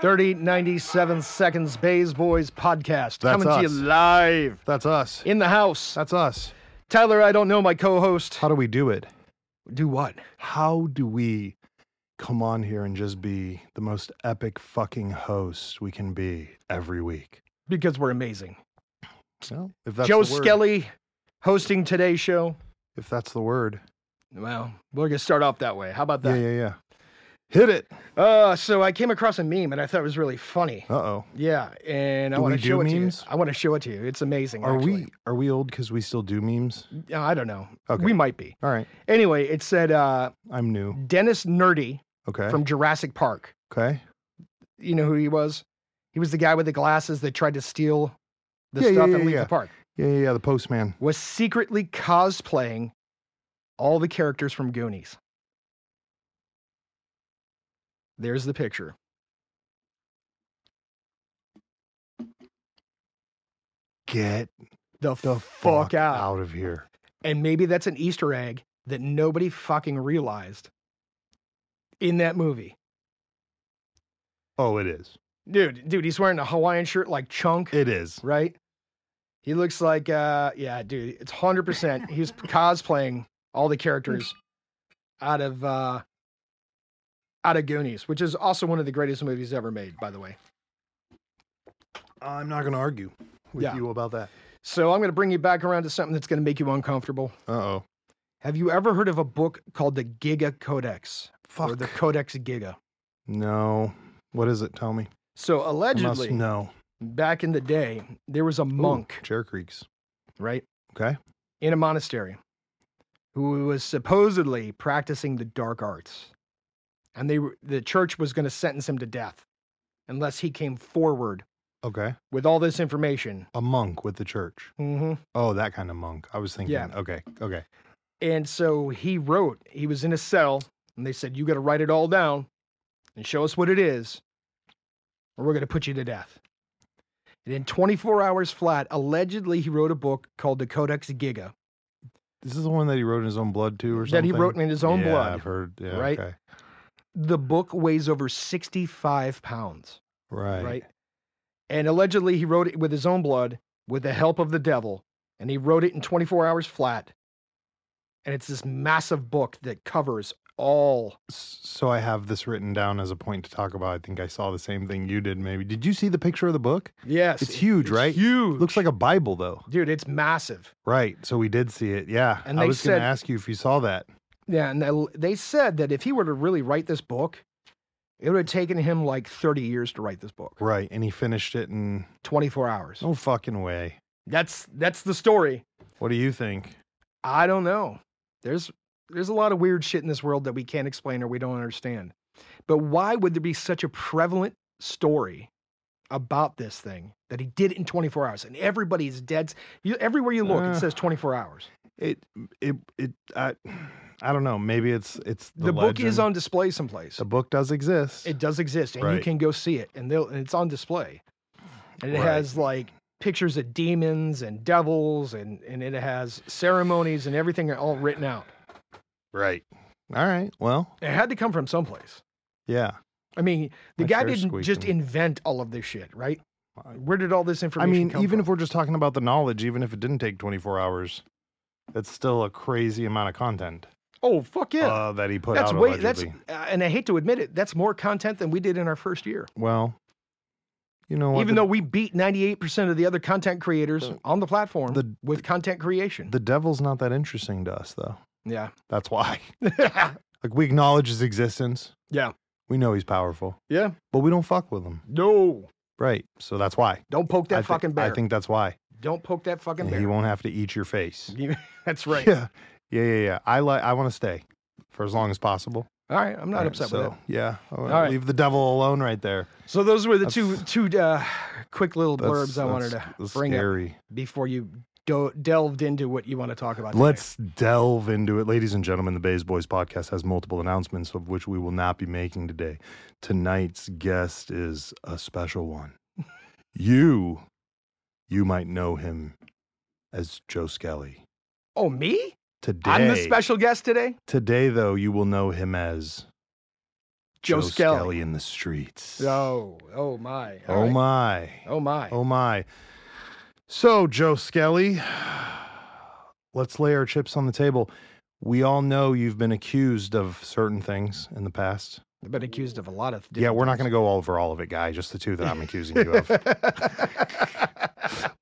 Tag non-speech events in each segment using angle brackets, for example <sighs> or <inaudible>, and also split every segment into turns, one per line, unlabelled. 30, 97 seconds, Bays Boys podcast.
That's
coming to
us.
you live
That's us.
in the house.
That's us.
Tyler, I don't know my co host.
How do we do it?
Do what?
How do we come on here and just be the most epic fucking host we can be every week?
Because we're amazing.
Well, if that's
Joe
the word,
Skelly hosting today's show.
If that's the word.
Well, we're going to start off that way. How about
Yeah,
that?
yeah, yeah. Hit it.
Uh, so I came across a meme and I thought it was really funny.
Uh oh.
Yeah, and I
Do
want to
we do
show it
memes?
to you. I want to show it to you. It's amazing.
Are
actually.
we are we old because we still do memes?
Yeah, I don't know.
Okay.
We might be.
All right.
Anyway, it said uh,
I'm new.
Dennis Nerdy
Okay.
from Jurassic Park.
okay.
You know who he was? He was the guy with the glasses that tried to steal the
Yeah, yeah,
stuff
yeah,
and leave
yeah.
the park.
Yeah, yeah, yeah. The postman.
Was secretly cosplaying all the characters from Goonies. There's the picture.
Get
The,
the
fuck,
fuck
out.
out of here.
And maybe that's an Easter egg that nobody fucking realized in that movie.
Oh, it is.
Dude, dude, he's wearing a Hawaiian shirt like Chunk,
It is.
right? He looks like, uh, yeah, dude, it's 100%. He was cosplaying all the characters out of, uh, out of Goonies, which is also one of the greatest movies ever made, by the way.
I'm not going to argue with
Yeah.
you about that.
So I'm going to bring you back around to something that's going to make you uncomfortable.
Uh oh.
Have you ever heard of a book called the Giga Codex
Fuck.
or the Codex Giga?
No. What is it? Tell me.
So
I must
allegedly,
know.
back in the day, there was a
Ooh,
monk,
Chair Creeks.
right,
Okay.
in a monastery who was supposedly practicing the dark arts. And they were, the church was going to sentence him to death unless he came forward
Okay.
with all this information.
A monk with the church.
hmm
Oh, that kind of monk. I was thinking. Okay. Okay.
And so he wrote, he was in a cell, and they said, You got to write it all down and show us what it is, or we're going to put you to death. And in 24 hours flat, allegedly, he wrote a book called the Codex Giga
This is the one that he wrote in his own blood too, or
that
something.
he wrote in his own
Yeah,
blood.
I've heard. Yeah,
right?
Okay.
The book weighs over 65 pounds,
Right.
right. And allegedly, he wrote it with his own blood with the help of the devil, and he wrote it in 24 hours flat. And it's this massive book that covers all
S- So I have this written down as a point to talk about. I think I saw the same thing you did. Maybe. Did you see the picture of the book?
Yes.
It's huge, right?
Huge.
Looks like a Bible, though.
dude, it's massive.
Right. So we did see it. Yeah.
And
I
they
was
said-
going to ask you if you saw that.
Yeah, and they- they said that if he were to really write this book, it would have taken him like 30 years to write this book.
Right. And he finished it in
24 hours.
no fucking way.
That's that's the story.
What do you think?
I don't know. There's there's a lot of weird shit in this world that we can't explain or we don't understand. But why would there be such a prevalent story about this thing that he did it in 24 hours and everybody's dead? You, everywhere you look,
Uh,
it says 24 hours.
It it it I, I don't know. Maybe it's it's the,
The, book is
legend.
on display someplace.
the book does exist.
It does exist, and you
Right.
can go see it, and they'll and it's on display, and it
Right.
has like pictures of demons and devils, and and it has ceremonies and everything all written out.
right. All right. Well,
It had to come from someplace.
yeah.
I mean, the
My
guy
chair's
didn't just
squeaking.
invent all of this shit, right?
I-
Where did all this
I
information?
mean,
come
even
from?
if we're just talking about the knowledge, even if it didn't take 24 hours, that's still a crazy amount of content
oh fuck yeah,
uh, that he put
that's
out
way that's
allegedly.
uh, and I hate to admit it, that's more content than we did in our first year.
Well, you know what?
even
the,
though we beat ninety eight percent of the other content creators
The-
on the platform
the-
with content creation.
the devil's not that interesting to us, though. <laughs> That's why.
yeah,
Like we acknowledge his existence.
Yeah.
We know he's powerful,
yeah,
but we don't fuck with him.
no.
Right. So that's why.
Don't poke that
I thi-
fucking bear.
I think that's why.
Don't poke that fucking
And
bear.
he won't have to eat your face.
<laughs> You- That's right.
Yeah. Yeah, yeah, yeah. I like I want to stay for as long as possible.
All right, I'm not upset
so,
with that.
Yeah. All right.
All right.
Leave the devil alone right there.
So those were the
That's-
two two uh, quick little blurbs I wanted
that's-
to
that's
bring up
scary.
before you do- delved into what you want to talk about. today.
Let's delve into it. Ladies and gentlemen, the Bays Boys podcast has multiple announcements of which we will not be making today. Tonight's guest is a special
<laughs>
one. you you might know him as Joe Skelly.
Oh me?
Today
I'm the special guest today.
Today though, you will know him as
Joe Skelly.
in the streets.
Oh, oh my. All
oh
right.
my.
Oh my.
Oh my. So, Joe Skelly, let's lay our chips on the table. We all know you've been accused of certain things in the past.
I've been accused of a lot of
yeah, we're not going to go over all of it, guy. Just the two that I'm accusing you
<laughs>
of.
to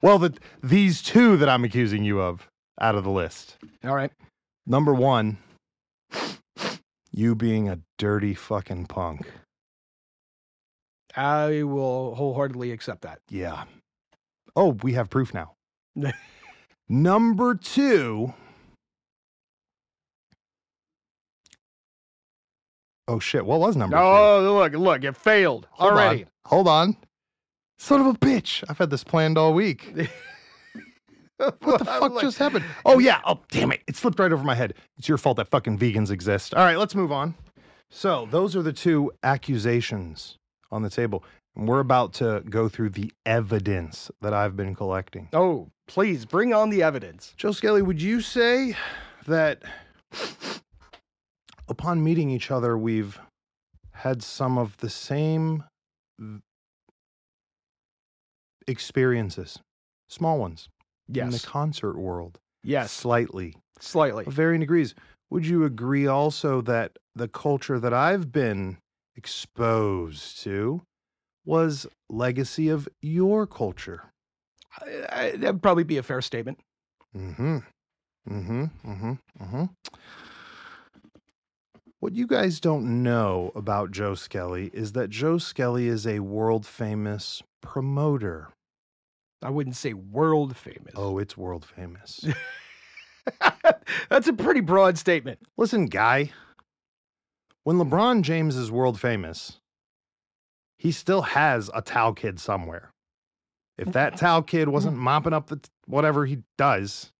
Well, the, these two that I'm accusing you of out of the list.
<laughs> All right.
Number one, you being a dirty fucking punk.
I will wholeheartedly accept that.
Yeah. Oh, we have proof now. Number two. Oh shit! What was number two?
Oh, look, look, it failed
Hold
already.
on. Hold on. Son of a bitch! I've had this planned all week. <laughs> What the fuck just happened? Oh yeah. Oh damn it! It slipped right over my head. It's your fault that fucking vegans exist. All right, let's move on. So those are the two accusations on the table, and we're about to go through the evidence that I've been collecting.
Oh, please bring on the evidence.
Joe Skelly, would you say that upon meeting each other, we've had some of the same v- experiences, small ones, in the
Yes.
concert world?
Yes.
Slightly,
Slightly.
of varying degrees. Would you agree also that the culture that I've been exposed to was legacy of your culture?
I- I- that'd probably be a fair statement.
Mm-hmm. Mm-hmm. Mm-hmm. Mm-hmm. What you guys don't know about Joe Skelly is that Joe Skelly is a world famous promoter.
I wouldn't say world famous.
Oh, it's world famous.
<laughs> That's a pretty broad statement.
Listen, guy, when LeBron James is world famous, he still has a towel kid somewhere. If that towel kid wasn't mopping up the t- whatever he does,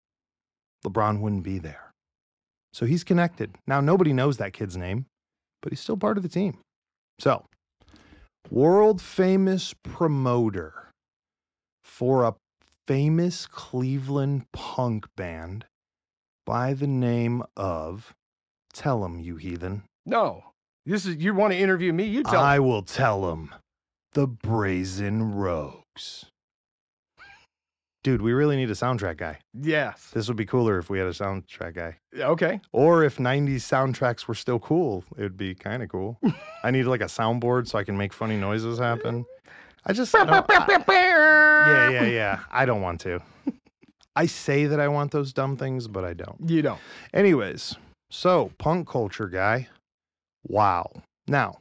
LeBron wouldn't be there. So he's connected. Now, nobody knows that kid's name, but he's still part of the team. So, world famous promoter for a famous Cleveland punk band by the name of Tell 'em, you heathen.
No. This is you want to interview me? You tell.
I will tell 'em the brazen rogues. Dude, we really need a soundtrack guy.
yes.
This would be cooler if we had a soundtrack guy. <laughs>
Okay.
Or if 90s soundtracks were still cool, it would be kind of cool. I need like a soundboard so I can make funny noises happen. I just.
<laughs>
I don't- I- yeah, yeah, yeah. I don't want to. I say that I want those dumb things, but I don't.
You know.
Anyways, so punk culture guy. Wow. Now,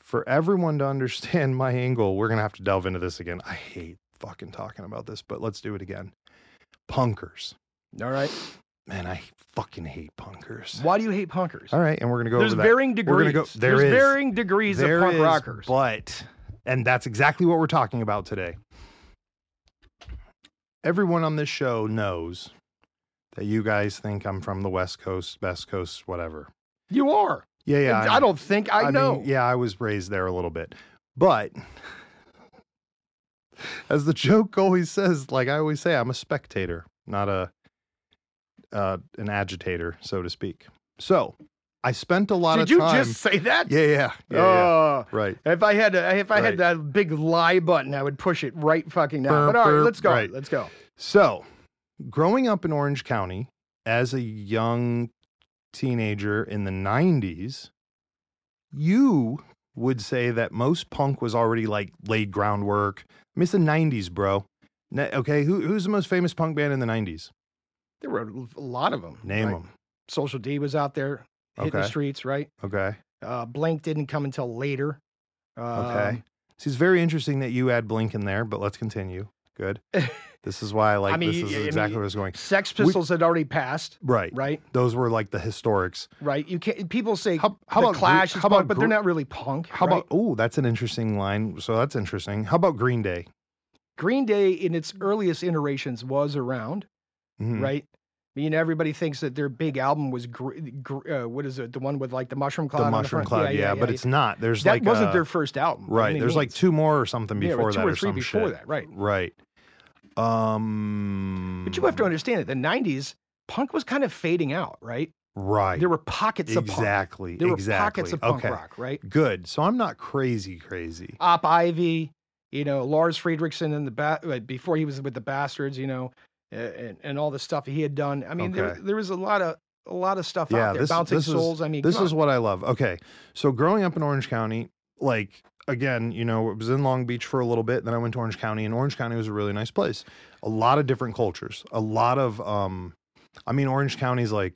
for everyone to understand <laughs> my angle, we're going to have to delve into this again. I hate fucking talking about this, but let's do it again. Punkers.
All right.
Man, I fucking hate punkers.
Why do you hate punkers?
All right, and we're going to go
There's
over that.
varying degrees.
We're gonna go- there
There's
is.
varying degrees
There
of punk
is,
rockers.
But, and that's exactly what we're talking about today. Everyone on this show knows that you guys think I'm from the West Coast, Best Coast, whatever.
you are.
Yeah, yeah.
I,
I'm-
don't think I,
mean,
know.
yeah, I was raised there a little bit. But as the joke always says, like I always say, I'm a spectator, not a uh, an agitator, so to speak. So I spent a lot
Did
of
you
time.
just say that? <laughs>
Yeah, yeah, yeah, yeah.
Oh,
Right.
if I had to, if I
Right.
had that big lie button, I would push it right fucking now.
Burp,
but all right,
burp,
let's go.
right.
Let's go.
So, growing up in Orange County as a young teenager in the 90s, you would say that most punk was already like laid groundwork. I mean, it's the 90s, bro. Na- okay, who, who's the most famous punk band in the 90s?
There were a lot of them.
Name
right?
them.
Social D was out there hitting
Okay.
the streets, right?
Okay.
Uh, Blank didn't come until later.
Okay.
Um,
See, it's very interesting that you add Blink in there, but let's continue.
<laughs>
Good. this is why I like
mean,
this
y- I
is
mean,
exactly where I was going.
Sex
We-
Pistols had already passed,
Right.
right?
Those were like the historics.
Right. You can't. People say
How, how
the
about Gre-
Clash is
how about
punk, but
Gre-
they're not really punk.
How
right?
about oh, that's an interesting line. So that's interesting. How about Green Day?
Green Day in its earliest iterations was around,
Mhm.
right? I mean, everybody thinks that their big album was gr- gr- uh, what is it? The one with like the mushroom cloud.
The
on
Mushroom
the front.
Cloud, yeah, but it's not. There's
that
like
wasn't
a-
their first album, by
right.
any
There's like
means.
two more or something
Yeah,
before
two
that
or
or
three
some
before
shit.
that, right?
Right. Um. Hmm.
But you have to understand that the '90s punk was kind of fading out, right?
Right.
There were pockets of punk.
exactly.
There were
exactly.
pockets of punk
okay.
rock, right?
Good. So I'm not crazy, crazy.
Op Ivy, you know, Lars Friedrichsen and the ba- uh, before he was with the Bastards, you know, uh, and, and all the stuff he had done. I mean, there,
Okay.
there was a lot of a lot of stuff
Yeah,
out there.
this-
Bouncing
this is-
Souls. I mean,
This
come
is
on.
what I love. Okay. So growing up in Orange County, like again, you know, it was in Long Beach for a little bit. Then I went to Orange County, and Orange County was a really nice place. A lot of different cultures. A lot of um I mean, Orange County's like,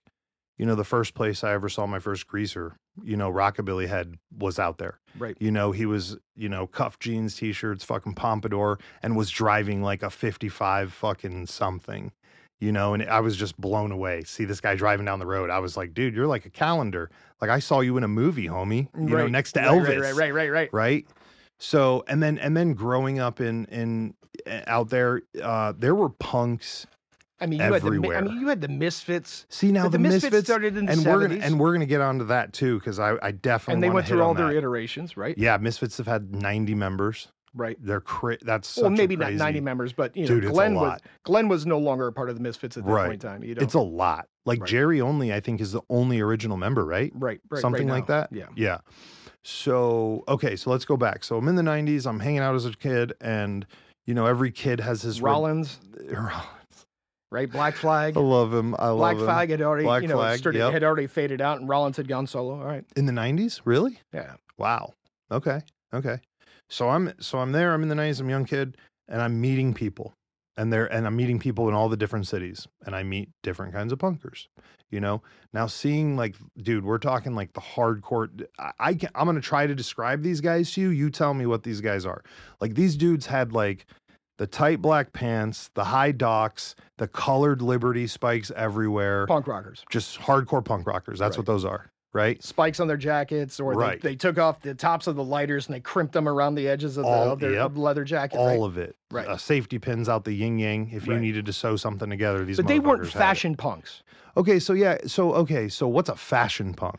you know, the first place I ever saw my first greaser, you know, Rockabilly Head was out there.
right.
You know, he was, you know, cuff jeans, t shirts, fucking pompadour, and was driving like a 55 fucking something, you know, and I was just blown away. See this guy driving down the road. I was like, dude, you're like a calendar. Like I saw you in a movie, homie, you know,
Right.
next to
right,
Elvis.
Right, right, right, right, right.
right? So, and then, and then growing up in, in, eh, out there, uh, there were punks.
I mean, you
Everywhere.
had the, mi- I mean, you had the Misfits.
See now
but
the,
the, Misfits, started in the
and
70s,
we're gonna, and we're gonna get onto that too because I, I definitely
and they
wanna
went
hit
through
on
all their
that.
iterations, right?
yeah misfits have had 90 members
Right.
they're cra- that's such
well,
a
maybe
crazy-
not 90 members, but you know,
Dude, it's a
Glenn was
lot.
Glenn was no longer a part of the Misfits at that
Right.
point in time. You know,
It's a lot. Like
Right.
Jerry only, I think, is the only original member, right?
right, right,
Something
right
like
now.
that. Yeah. So okay, so let's go back. So I'm in the '90s. I'm hanging out as a kid, and you know, every kid has
Yeah,
his re- <laughs>
Rollins,
Rollins.
right? Black Flag,
I love him. Oh, I love
Black
him.
Flag had already,
Black
you know,
Flag,
started,
yep.
had already faded out, and Rollins had gone solo. All right,
in the '90s. Really?
yeah,
Wow. Okay. Okay. So I'm so I'm there. I'm in the '90s. I'm a young kid, and I'm meeting people, and there and I'm meeting people in all the different cities, and I meet different kinds of punkers. You know, now seeing like, dude, we're talking like the hardcore. I, I can, I'm gonna try to describe these guys to you. You tell me what these guys are. Like these dudes had like the tight black pants, the high docks, the colored Liberty spikes everywhere.
punk rockers,
Just hardcore punk rockers. That's what
Right.
those are, right?
spikes on their jackets, or
Right.
they, they took off the tops of the lighters and they crimped them around the edges of, the,
All-
of their
yep.
leather jacket.
all
right?
of it.
Right.
Uh, safety pins out the yin yang. If you
Right.
needed to sew something together, these.
but they
motherfuckers
weren't
had it.
fashion punks.
Okay, so yeah, so okay, so what's a fashion punk?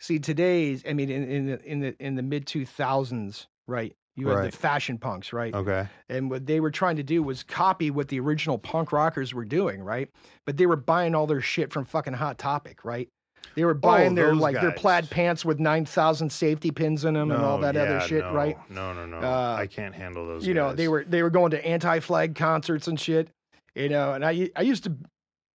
See, today's, I mean, in, in the in the in the mid two thousands, right? You had
Right.
the fashion punks, right?
Okay,
And what they were trying to do was copy what the original punk rockers were doing, right? But they were buying all their shit from fucking Hot Topic, right? They were buying their
Oh, those
like their
guys.
plaid pants with nine thousand safety pins in them and all
No,
that other
yeah,
shit,
no,
right?
No, no, no.
Uh,
I can't handle those.
You know,
guys.
they were they were going to anti flag concerts and shit. You know, and I I used to.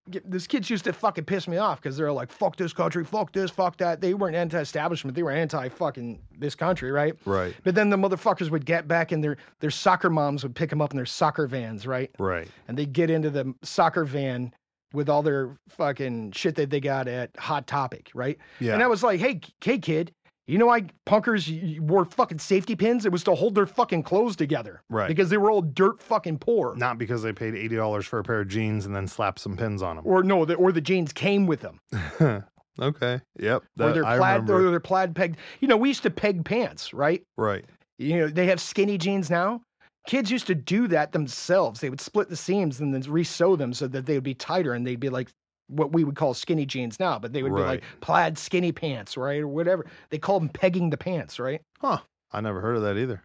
Get, these kids used to fucking piss me off because they're like, "Fuck this country, fuck this, fuck that." They weren't anti-establishment; they were anti-fucking this country, right?
right,
But then the motherfuckers would get back, and their their soccer moms would pick them up in their soccer vans, right?
right.
and they get into the soccer van with all their fucking shit that they got at Hot Topic, right?
Yeah,
And I was like, hey, k- hey, kid, you know why punkers y- y- wore fucking safety pins? It was to hold their fucking clothes together
right.
because they were all dirt fucking poor.
Not because they paid eighty dollars for a pair of jeans and then slapped some pins on
Or no, the, or the jeans came with them,
them. <laughs> okay. Yep.
or
That,
their
I
plaid,
remember.
or their plaid peg. You know, we used to peg pants, right?
Right.
You know, they have skinny jeans now. Kids used to do that themselves. They would split the seams and then re-sew them so that they would be tighter and they'd be like what we would call skinny jeans now, but they would be like plaid skinny pants, right? Or whatever. They called them pegging the pants, right?
I never heard of that either.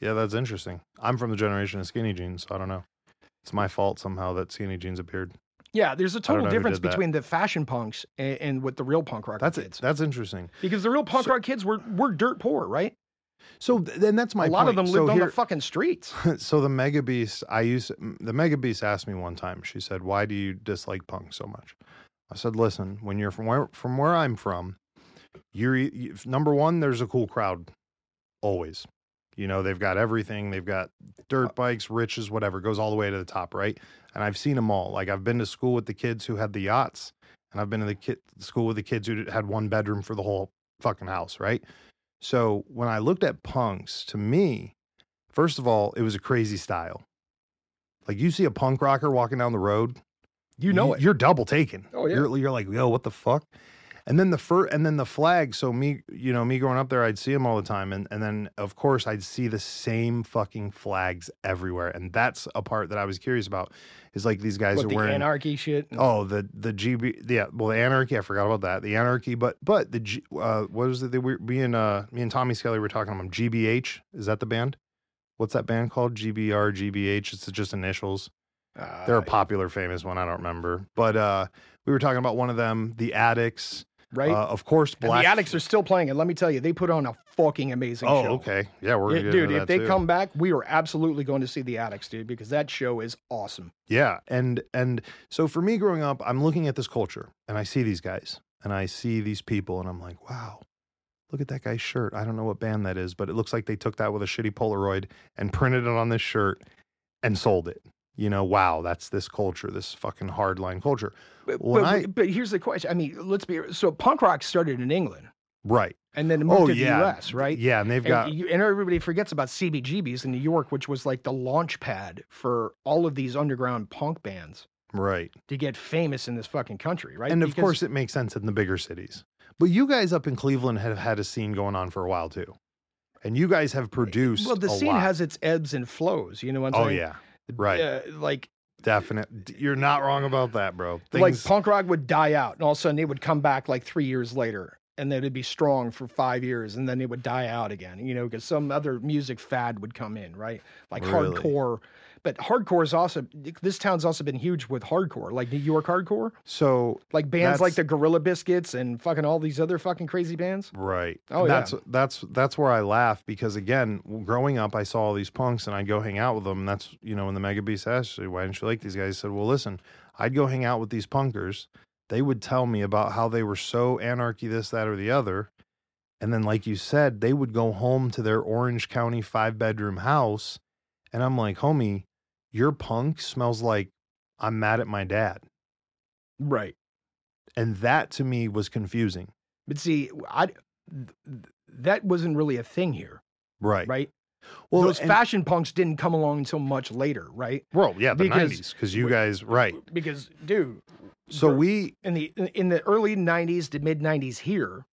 Yeah, that's interesting. I'm from the generation of skinny jeans, so I don't know. It's my fault somehow that skinny jeans appeared.
Yeah, there's a
know
total
who
difference
did that.
between the fashion punks and, and what the real punk rock
That's it.
kids.
That's interesting.
Because the real punk
So-
rock kids were were dirt poor, right?
So th- then that's my
a lot of
point.
them lived
so
on
here-
the fucking
<laughs>
streets.
<clears throat> so the Mega Beast, I used the Mega Beast asked me one time. She said, "Why do you dislike punk so much?" I said, "Listen, when you're from where from where I'm from, you're e- you, number one. There's a cool crowd, always. You know, they've got everything. They've got dirt bikes, riches, whatever. Goes all the way to the top, right? And I've seen them all. Like I've been to school with the kids who had the yachts, and I've been to the kid, school with the kids who had one bedroom for the whole fucking house, right? So when I looked at punks, to me, first of all, it was a crazy style. Like you see a punk rocker walking down the road,
You know it.
You're double taken.
Oh, yeah.
You're, you're like, yo, what the fuck? And then the fur, and then the flag. So me, you know, me growing up there, I'd see them all the time, and and then of course I'd see the same fucking flags everywhere, and that's a part that I was curious about. Is like these guys
What
are
the
wearing
anarchy shit. and-
Oh, the the GB, yeah. Well, the anarchy. I forgot about that. The anarchy, but but the G, uh, what was it? They were, me and uh, me and Tommy Skelly were talking about GBH. Is that the band? What's that band called? GBR, GBH. It's just initials.
Uh,
They're a popular, famous one. I don't remember. But uh, we were talking about one of them, the Addicts,
right?
Uh, of course,
And
Black.
the addicts are still playing it. Let me tell you, they put on a fucking amazing
oh,
show.
okay. Yeah, we're
Yeah,
gonna get
dude,
into
if
that
they
too.
come back, we are absolutely going to see the addicts, dude, because that show is awesome.
Yeah, and and so for me growing up, I'm looking at this culture and I see these guys and I see these people and I'm like, wow, look at that guy's shirt. I don't know what band that is, but it looks like they took that with a shitty Polaroid and printed it on this shirt and sold it. You know, wow, that's this culture, this fucking hardline culture.
But,
When
but,
I-
but here's the question. I mean, let's be so punk rock started in England
Right.
and then moved
Oh,
to
yeah.
the US, right?
Yeah, and they've
And,
got
you, and everybody forgets about CBGBs in New York, which was like the launch pad for all of these underground punk bands
right.
to get famous in this fucking country, right?
And of
Because-
course it makes sense in the bigger cities. But you guys up in Cleveland have had a scene going on for a while too. And you guys have produced
well, the
a
scene
lot.
has its ebbs and flows. You know what I'm
Oh
saying?
yeah. right.
Uh, like
Definite. d- You're not wrong about that, bro.
like
Things,
punk rock would die out and all of a sudden it would come back like three years later and then it'd be strong for five years and then it would die out again you know because some other music fad would come in right like
Really?
hardcore but hardcore is also this town's also been huge with hardcore like new york hardcore
so
like bands
That's-
like the gorilla biscuits and fucking all these other fucking crazy bands
right.
Oh, yeah.
that's that's that's where I laugh because again, w- growing up, I saw all these punks and I'd go hang out with them. And that's you know when the Mega Beast asked you why didn't you like these guys, I said, well, listen, I'd go hang out with these punkers. They would tell me about how they were so anarchy, this, that, or the other. And then, like you said, they would go home to their Orange County five bedroom house. And I'm like, homie, your punk smells like I'm mad at my dad.
right
And that to me was confusing.
but see i th- that wasn't really a thing here
Right.
right
Well,
those
and-
fashion punks didn't come along until much later right
well, yeah, the
because-
90s, because you guys, right.
because dude
So
Right.
we,
in the in the early 90s to mid 90s here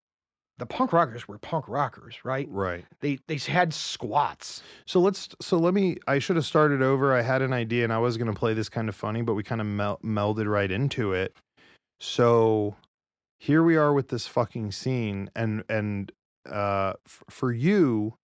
the punk rockers were punk rockers right
right.
they they had squats
So let's, so let me, I should have started over. I had an idea and I was going to play this kind of funny, but we kind of mel- melded right into it. So here we are with this fucking scene. And, and, uh, f- for you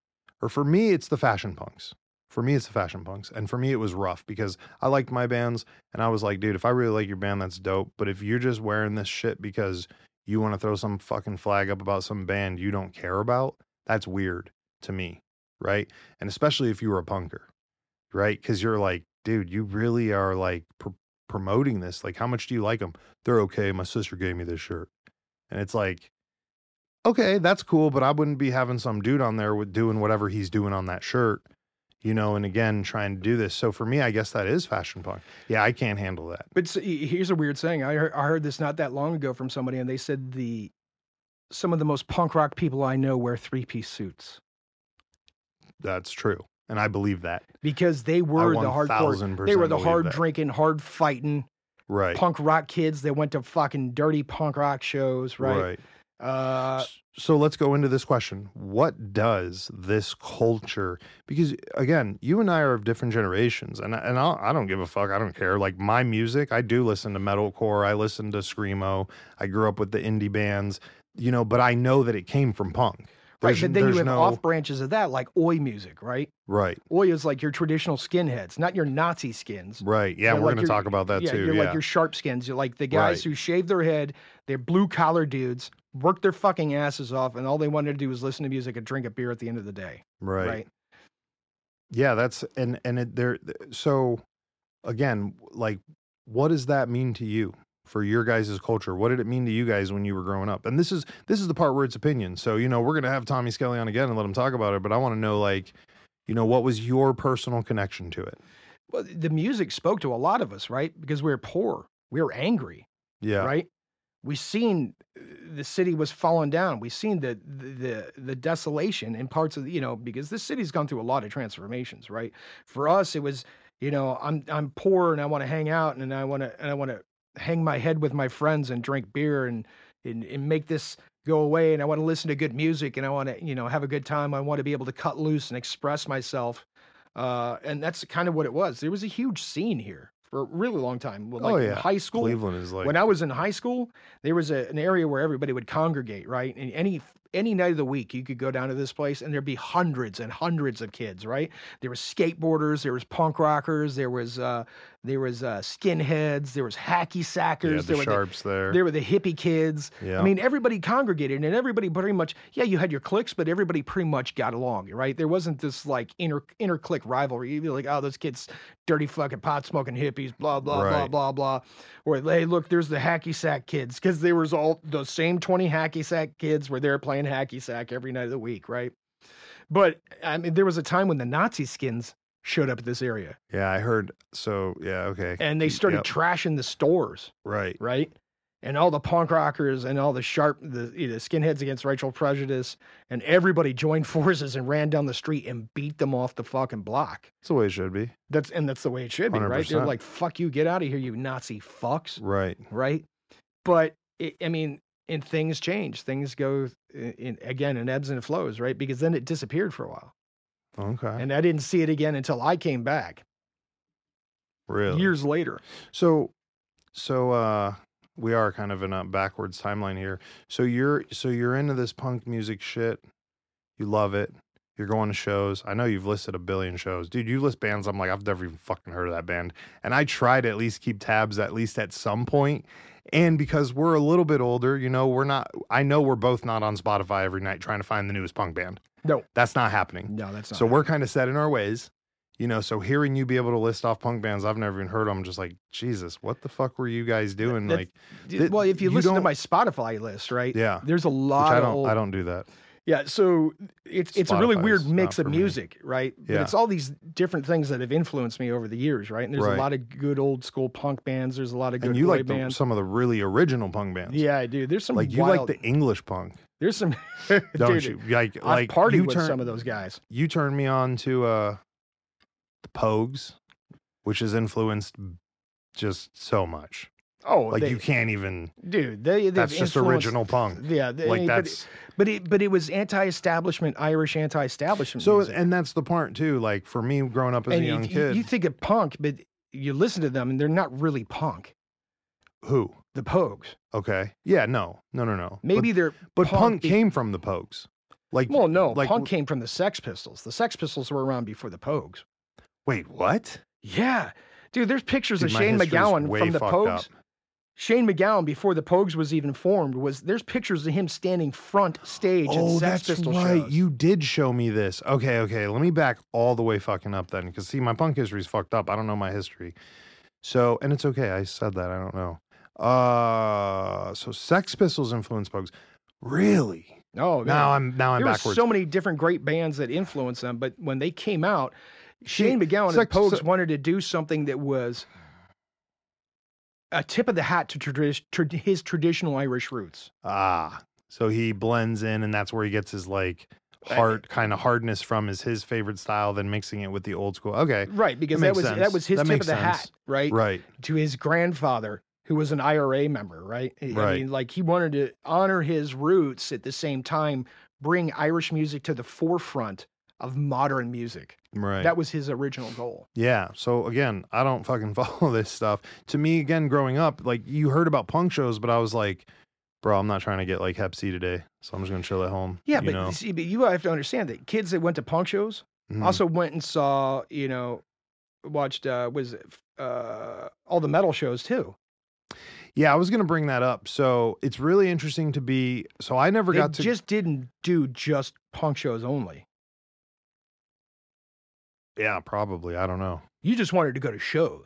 or for me, it's the fashion punks. For me, it's the fashion punks. And for me, it was rough because I liked my bands and I was like, dude, if I really like your band, that's dope. But if you're just wearing this shit because you want to throw some fucking flag up about some band you don't care about, that's weird to me. Right. And especially if you were a punker, right? Because you're like, dude, you really are like pr- promoting this. Like, how much do you like them? They're okay. My sister gave me this shirt. And it's like, okay, that's cool, but I wouldn't be having some dude on there with doing whatever he's doing on that shirt, you know, and again, trying to do this. So for me, I guess that is fashion punk. Yeah, I can't handle that.
but s- he- here's a weird saying I heard, I heard this not that long ago from somebody and they said the some of the most punk rock people i know wear three-piece suits
That's true. And I believe that.
because they were the hardcore
1000%
they were the
believe
hard
that.
drinking hard fighting
Right.
punk rock kids they went to fucking dirty punk rock shows right,
Right.
uh
S- so let's go into this question. What does this culture? Because again, you and I are of different generations, and I- and I'll, I don't give a fuck. I don't care. Like my music, I do listen to metalcore. I listen to screamo. I grew up with the indie bands, you know. But I know that it came from punk.
right
There's-
but then you
there's
have
no-
off branches of that like oi music right
Right,
Oi is like your traditional skinheads, not your Nazi skins.
right. Yeah,
They're
we're
like
gonna
your-
talk about that
yeah,
too.
you're
yeah,
like your sharp skins. You're like the guys
Right.
who shave their head, they're blue collar dudes, work their fucking asses off, and all they wanted to do was listen to music and drink a beer at the end of the day. Right.
right. Yeah, that's and and it, there. th- So again, like, what does that mean to you for your guys' culture? What did it mean to you guys when you were growing up? And this is this is the part where it's opinion. So you know, we're gonna have Tommy Skelly on again and let him talk about it. But I want to know, like, you know, what was your personal connection to it?
Well, the music spoke to a lot of us, right? Because we were poor, we were angry,
Yeah,
right? We seen uh, the city was falling down. We seen the, the the the desolation in parts of the, you know because this city's gone through a lot of transformations, right? For us, it was you know I'm I'm poor and I want to hang out and I want to and I want to hang my head with my friends and drink beer and and, and make this go away and I want to listen to good music and I want to you know have a good time. I want to be able to cut loose and express myself, uh, and that's kind of what it was. There was a huge scene here for a really long time. Well, Like
Oh,
in
yeah.
high school
Cleveland is like
when I was in high school, there was a, an area where everybody would congregate, right? And any any night of the week, you could go down to this place and there'd be hundreds and hundreds of kids, right? There was skateboarders, there was punk rockers, there was uh, there was uh, skinheads, there was hacky sackers,
yeah,
there,
the
were
sharps
the,
there.
there were the hippie kids.
Yeah.
I mean, everybody congregated and everybody pretty much, yeah, you had your cliques, but everybody pretty much got along, right? There wasn't this like inner inner clique rivalry. You'd be like, oh, those kids, dirty fucking pot smoking hippies, blah, blah,
Right.
blah, blah, blah. Or, hey, look, there's the hacky sack kids. Cause there was all those same 20 hacky sack kids were there playing hacky sack every night of the week, right? But I mean, there was a time when the Nazi skins showed up at this area
yeah, I heard. So yeah, okay.
and they started
Yep,
trashing the stores
right.
right? And all the punk rockers and all the sharp, the, you know, skinheads against racial prejudice, and everybody joined <laughs> forces and ran down the street and beat them off the fucking block.
That's the way it should be.
That's and that's the way it should be, right? They're
100%.
like, "Fuck you, get out of here, you Nazi fucks,"
Right.
right? But it, I mean, and things change. Things go in, in, again in ebbs and flows, right? Because then it disappeared for a while,
Okay.
and I didn't see it again until I came back
really.
years later.
So, so uh, we are kind of in a backwards timeline here. So you're so you're into this punk music shit. You love it. You're going to shows. I know you've listed a billion shows, dude. You list bands. I'm like, I've never even fucking heard of that band. And I try to at least keep tabs, at least at some point. And because we're a little bit older, you know, we're not. I know we're both not on Spotify every night trying to find the newest punk band.
No.
that's not happening.
No, that's not.
Hmm. So we're kind of set in our ways, you know. So hearing you be able to list off punk bands I've never even heard of, I'm just like, Jesus, what the fuck were you guys doing?
that's-
like,
happening.
th-
well, if you,
you
listen to
don't-
my Spotify list, right?
yeah, which
There's a lot
I
of
don't,
old
I don't do that.
Yeah, so it's it's a really weird
Spotify's
mix
not
of
for me.
music, right? But
Yeah.
it's all these different things that have influenced me over the years, right? And there's a
Right.
lot of good old school punk bands. There's a lot of good
And you
boy
like the,
bands.
some of the really original punk bands.
yeah, I do. There's some
like you
wild.
like the English punk,
there's some.
don't
<laughs> dude,
you? Like,
I've
like
partied
you
with
turn,
some of those guys.
You turned me on to uh, the Pogues, which has influenced just so much.
Oh,
Like
they,
you can't even.
dude, they they've
That's just
influenced-
original punk.
Yeah, they,
Like
but,
that's
but it but it was anti-establishment Irish anti-establishment.
so,
music.
and that's the part too. Like for me, growing up as
Mm, and
a
you-
young
you,
kid,
you think of punk, but you listen to them and they're not really punk.
who?
The Pogues,
Okay. Yeah. No. No. No. No.
maybe
But,
they're
but punk,
punk be-
came from the Pogues. Like,
Well, no,
like-
punk came from the Sex Pistols. The Sex Pistols were around before the Pogues.
wait, what?
Yeah, dude, there's pictures
Dude,
of
my
Shane
history's
McGowan
way
from the
fucked
Pogues.
up.
Shane McGowan before the Pogues was even formed was there's pictures of him standing front stage
Oh,
at Sex
that's
Pistol
right.
shows.
You did show me this. Okay. Okay. Let me back all the way fucking up then, because see, my punk history's fucked up. I don't know my history. So, and it's okay. I said that. I don't know. Uh, so Sex Pistols influenced Pogues. Really?
oh, man.
Now I'm now I'm
there were
backwards.
so many different great bands that influenced them, but when they came out,
See,
Shane McGowan and the
Sex-
Pogues
so-
wanted to do something that was a tip of the hat to tradi- trad- his traditional Irish roots.
Ah, so he blends in, and that's where he gets his like
I-
hard kind of hardness from is his favorite style, then mixing it with the old school. Okay,
Right, because
That
that,
makes
was
sense.
that was his
That
tip
makes
of the hat,
sense.
right?
right,
to his grandfather, who was an IRA member, right? I- I
Right.
mean, like he wanted to honor his roots at the same time, bring Irish music to the forefront of modern music.
right.
That was his original goal.
yeah. So again, I don't fucking <laughs> follow this stuff. To me, again, growing up, like you heard about punk shows, but I was like, bro, I'm not trying to get like Hep C today, so I'm just gonna chill at home.
Yeah,
you
but,
know?
see, but you have to understand that kids that went to punk shows
Mhm.
also went and saw, you know, watched uh was it, uh all the metal shows too.
yeah, I was gonna bring that up. So it's really interesting to be. So I never
They
got to.
just didn't do just punk shows only.
yeah, probably. I don't know.
You just wanted to go to shows,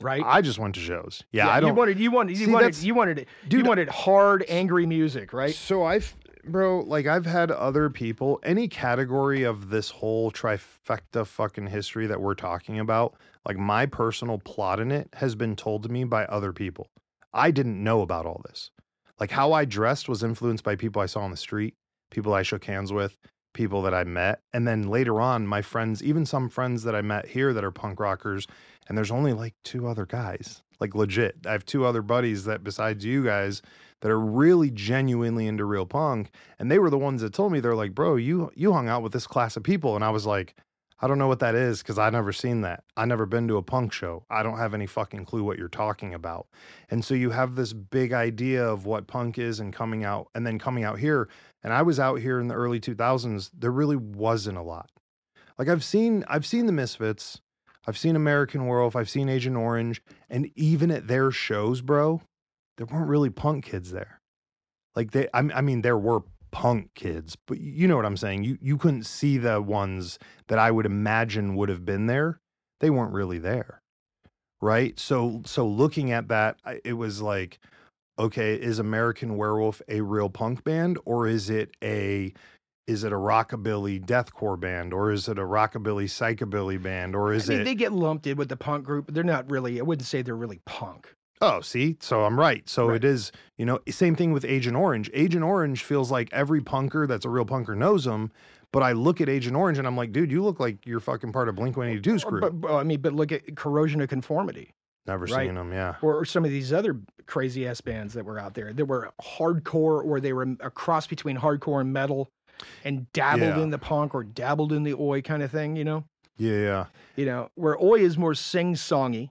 right?
I just went to shows. Yeah, I
You
don't.
wanted you wanted you
See,
wanted
that's-
you wanted it.
Dude,
you wanted hard, angry music, right?
So I've, bro, like I've had other people, any category of this whole trifecta fucking history that we're talking about, like my personal plot in it has been told to me by other people. I didn't know about all this. Like how I dressed was influenced by people I saw on the street, people I shook hands with, people that I met. And then later on, my friends, even some friends that I met here that are punk rockers, and there's only like two other guys, like legit. I have two other buddies that, besides you guys, that are really genuinely into real punk. And they were the ones that told me, they're like, bro, you you hung out with this class of people. And I was like, I don't know what that is because I've never seen that. I've never been to a punk show. I don't have any fucking clue what you're talking about. And so you have this big idea of what punk is and coming out and then coming out here. And I was out here in the early 2000s, there really wasn't a lot. Like I've seen I've seen the Misfits, I've seen American Werewolf, I've seen Agent Orange, and even at their shows, bro, there weren't really punk kids there. Like they I, I mean there were punk kids, but you know what I'm saying. You you couldn't see the ones that I would imagine would have been there. They weren't really there. Right? So so looking at that, I- it was like okay, is American Werewolf a real punk band or is it a is it a rockabilly deathcore band or is it a rockabilly psychobilly band or is
I mean,
it
they get lumped in with the punk group. but They're not really. I wouldn't say they're really punk.
Oh, see, so I'm right. So
Right.
it is, you know, same thing with Agent Orange. Agent Orange feels like every punker that's a real punker knows him. But I look at Agent Orange and I'm like, dude, you look like you're fucking part of Blink 182's
Or-
crew.
Oh, But, but, I mean, but look at Corrosion of Conformity
Never
right.
seen him. Yeah.
or, or some of these other crazy ass bands that were out there that were hardcore or they were a cross between hardcore and metal and dabbled
Yeah.
in the punk or dabbled in the oi kind of thing, you know?
Yeah. Yeah.
You know, where oi is more sing songy.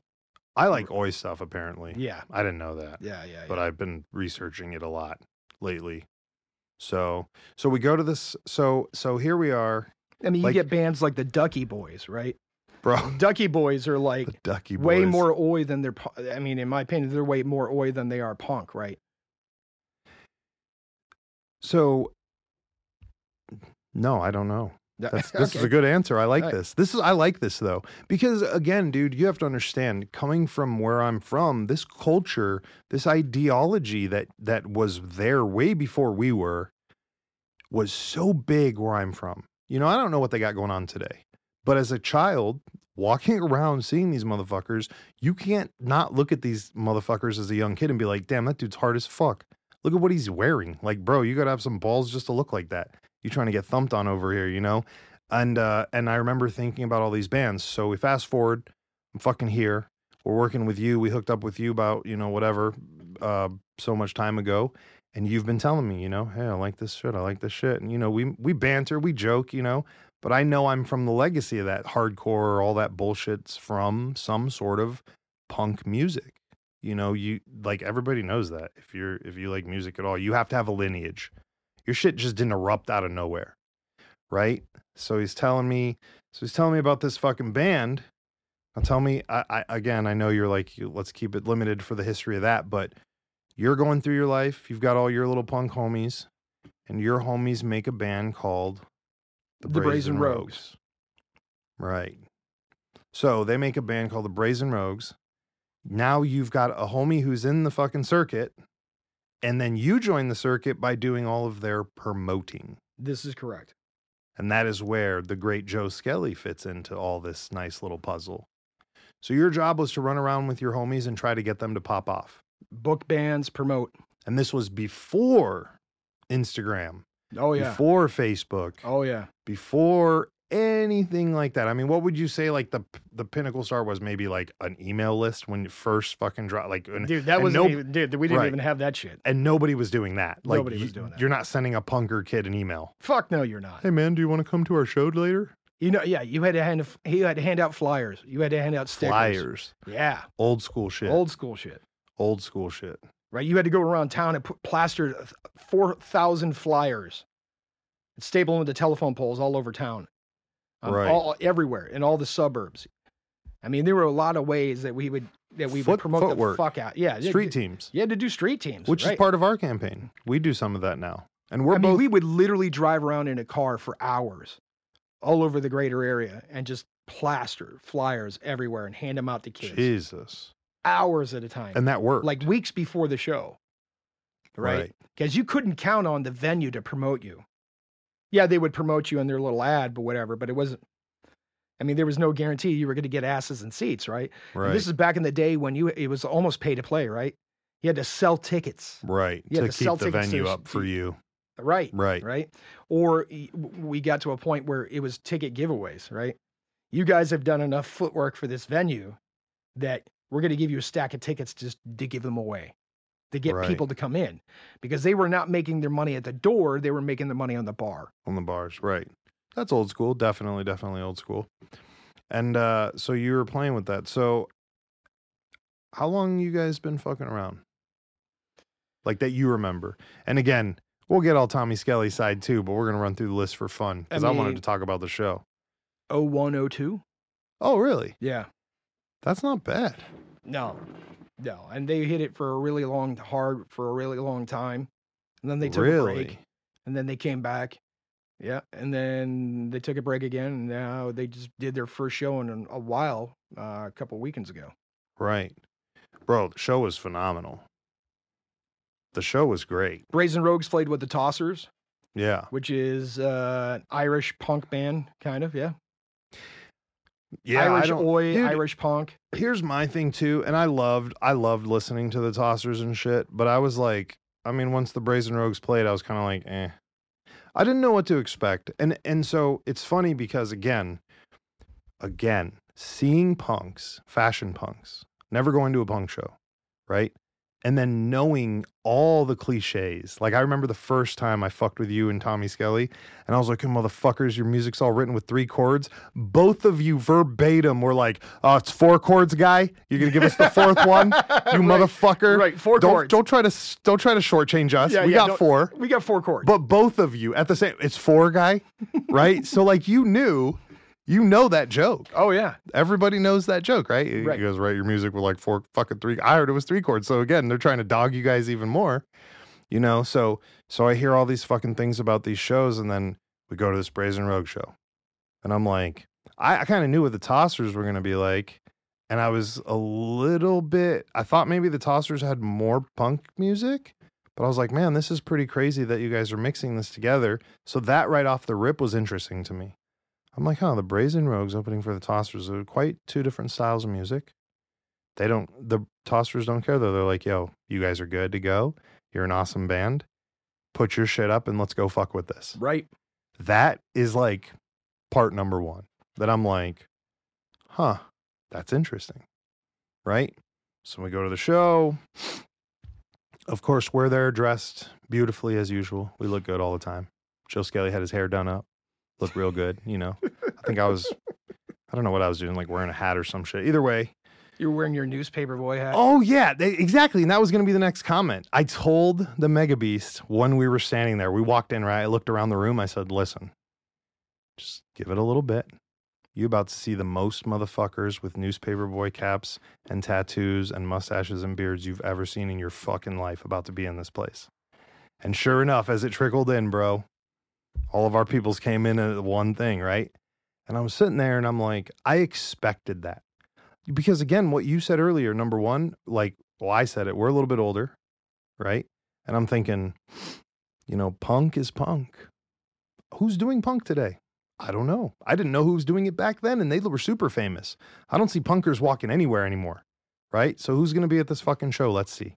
I like Oi stuff, apparently.
Yeah.
I didn't know that,
Yeah. Yeah.
but I've been researching it a lot lately. So, so we go to this. So, so here we are,
yeah. I mean, you
like-
get bands like the Ducky Boys, right?
bro. <laughs>
Ducky Boys are like
The Ducky Boys.
way more oi than they're, pu- I mean, in my opinion, they're way more oi than they are punk, right?
So, no, I don't know.
<laughs>
That's, this is
Okay.
a good answer. I like
Right.
this. This is I like this though because again, dude, you have to understand coming from where I'm from, this culture, this ideology that that was there way before we were, was so big where I'm from. You know, I don't know what they got going on today, but as a child walking <laughs> around seeing these motherfuckers, you can't not look at these motherfuckers as a young kid and be like, damn, that dude's hard as fuck. Look at what he's wearing. Like, bro, you gotta have some balls just to look like that. You trying to get thumped on over here, you know? And uh, and I remember thinking about all these bands. So we fast forward, I'm fucking here. We're working with you. We hooked up with you about, you know, whatever, uh, so much time ago. And you've been telling me, you know, hey, I like this shit. I like this shit. And you know, we we banter, we joke, you know, but I know I'm from the legacy of that hardcore, all that bullshit's from some sort of punk music. You know, you like everybody knows that. If you're if you like music at all, you have to have a lineage. Your shit just didn't erupt out of nowhere. Right? So he's telling me, so he's telling me about this fucking band. Now tell me, I, I again, I know you're like, you, let's keep it limited for the history of that, but you're going through your life. You've got all your little punk homies, and your homies make a band called
The Brazen Rogues.
Right. So they make a band called the Brazen Rogues. Now you've got a homie who's in the fucking circuit, and then you join the circuit by doing all of their promoting.
This is correct.
And that is where the great Joe Skelly fits into all this nice little puzzle. So your job was to run around with your homies and try to get them to pop off.
Book bands promote.
And this was before Instagram,
Oh, yeah.
before Facebook,
Oh, yeah.
before anything like that. I mean, what would you say like the the pinnacle star was maybe like an email list when you first fucking dropped like an,
Dude, that
and
was
nope.
even, dude, we didn't
Right.
even have that shit.
and nobody was doing that. Like
Nobody was
you-
doing that.
You're not sending a punker kid an email.
Fuck no, you're not.
Hey man, do you want to come to our show later?
You know, yeah, you had to hand you had to hand out flyers. You had to hand out stickers.
Flyers.
Yeah,
Old school shit.
old school shit.
old school shit.
Right, you had to go around town and put plaster four thousand flyers, and staple them to telephone poles all over town, Um,
Right.
all everywhere in all the suburbs. I mean, there were a lot of ways that we would that we
Foot-
would promote
footwork.
the fuck out. Yeah,
street
You,
teams,
you had to do street teams,
which
right?
is part of our campaign. We do some of that now, and we're
I mean,
both
we would literally drive around in a car for hours all over the greater area and just plaster flyers everywhere and hand them out to kids
Jesus,
hours at a time.
and that worked.
like weeks before the show, right?
Right.
Because you couldn't count on the venue to promote you. Yeah, they would promote you in their little ad, but whatever, but it wasn't. I mean, there was no guarantee you were going to get asses and seats, right?
right,
And This is back in the day when you it was almost pay to play, right? You had to sell tickets,
right
yeah,
to
the
keep the
Celtics
venue
is-
up for you,
right?
right?
right? Or y- w- we got to a point where it was ticket giveaways, right? You guys have done enough footwork for this venue that we're going to give you a stack of tickets just to give them away to get
Right.
people to come in because they were not making their money at the door; they were making their money on the bar.
On the bars, right? That's old school. Definitely, definitely old school. And uh, so you were playing with that. So how long you guys been fucking around? Like that you remember. And again, we'll get all Tommy Skelly side too, but we're gonna run through the list for fun because I, wanted
mean-
to talk about the show.
0102?
Oh, really?
Yeah.
That's not bad.
No, no. And they hit it for a really long, hard for a really long time. And then they took a break.
really?
And then they came back. Yeah. And then they took a break again. And now they just did their first show in a while, uh, a couple weekends ago.
Right. Bro, the show was phenomenal. The show was great.
Brazen Rogues played with the Tossers,
Yeah.
which is uh, an Irish punk band, kind of. Yeah.
Yeah. I
Irish
don't-
oi,
Dude,
Irish punk.
here's my thing too and i loved i loved listening to the tossers and shit but i was like i mean once the brazen rogues played i was kind of like eh i didn't know what to expect and and so it's funny because again again seeing punks fashion punks never going to a punk show right and then knowing all the cliches like i remember the first time i fucked with you and tommy skelly and i was like "You motherfuckers your music's all written with three chords both of you verbatim were like oh it's four chords guy you're gonna give us the fourth
<laughs>
one <laughs> you motherfucker
Right. 4
don't
chords.
don't try to s- don't try to shortchange us.
Yeah,
we
yeah,
got
don't-
four,
We got four chords.
but both of you at the same. It's
<laughs>
four, guy, right? so like you knew, you know that joke.
oh, yeah.
Everybody knows that joke, right? You
Right.
guys write your music with like four fucking three. I heard it was three chords. So again, they're trying to dog you guys even more. You know, so so I hear all these fucking things about these shows, and then we go to this Brazen Rogue show, and I'm like, I, I kind of knew what the Tossers were gonna be like, and I was a little bit. I thought maybe the Tossers had more punk music, but I was like, man, this is pretty crazy that you guys are mixing this together. So that right off the rip was interesting to me. I'm like, huh, the Brazen Rogues opening for the Tossers are quite two different styles of music. They don't, the Tossers don't care though. They're like, yo, you guys are good to go. You're an awesome band. Put your shit up and let's go fuck with this.
Right.
That is like part number one that I'm like, huh, that's interesting. Right. So we go to the show. Of course, we're there dressed beautifully as usual. We look good all the time. Joe Skelly had his hair done up, looked real good. You know, I think I was, I don't know what I was doing, like wearing a hat or some shit. Either way,
You're wearing your newspaper boy hat.
Oh yeah, they, exactly. And that was going to be the next comment. I told the Mega Beast when we were standing there. We walked in, right? I looked around the room. I said, "Listen, just give it a little bit. You about to see the most motherfuckers with newspaper boy caps and tattoos and mustaches and beards you've ever seen in your fucking life about to be in this place." And sure enough, as it trickled in, bro, all of our peoples came in at one thing, right? And I'm sitting there and I'm like, I expected that because again, what you said earlier, number one, like well, I said it, we're a little bit older, right? And I'm thinking, you know, punk is punk. Who's doing punk today? I don't know. I didn't know who was doing it back then, and they were super famous. I don't see punkers walking anywhere anymore, right? So who's gonna be at this fucking show? Let's see.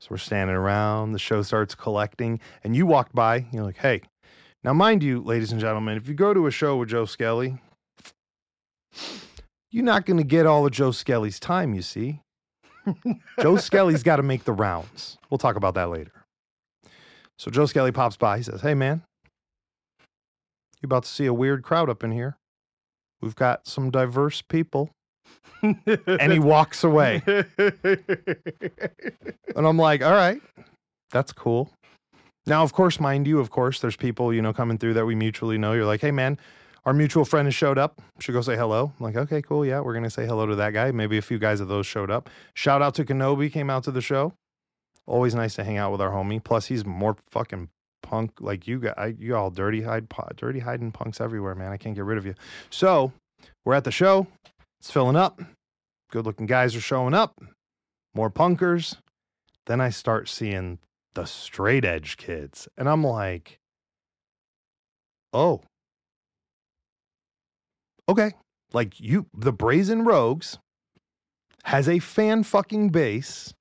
So we're standing around, the show starts collecting, and you walked by, you're like, hey. Now, mind you, ladies and gentlemen, if you go to a show with Joe Skelly, you're not going to get all of Joe Skelly's time, you see. Joe Skelly's got to make the rounds. We'll talk about that later. So Joe Skelly pops by. He says, Hey, man, you about to see a weird crowd up in here. We've got some diverse people. Oh, And he walks away. And I'm like, All right, that's cool. Now, of course, mind you, of course, there's people, you know, coming through that we mutually know. You're like, Hey, man, our mutual friend has showed up. Should go say hello. I'm like, okay, cool. Yeah, we're gonna say hello to that guy. Maybe a few guys of those showed up. Shout out to Kenobi came out to the show. Always nice to hang out with our homie. Plus, he's more fucking punk like you guys. I, you all dirty hide, pu- dirty hiding punks everywhere, man. I can't get rid of you. So we're at the show. It's filling up. Good looking guys are showing up. More punkers. Then I start seeing the straight edge kids, and I'm like, oh okay like you the brazen rogues has a fan fucking base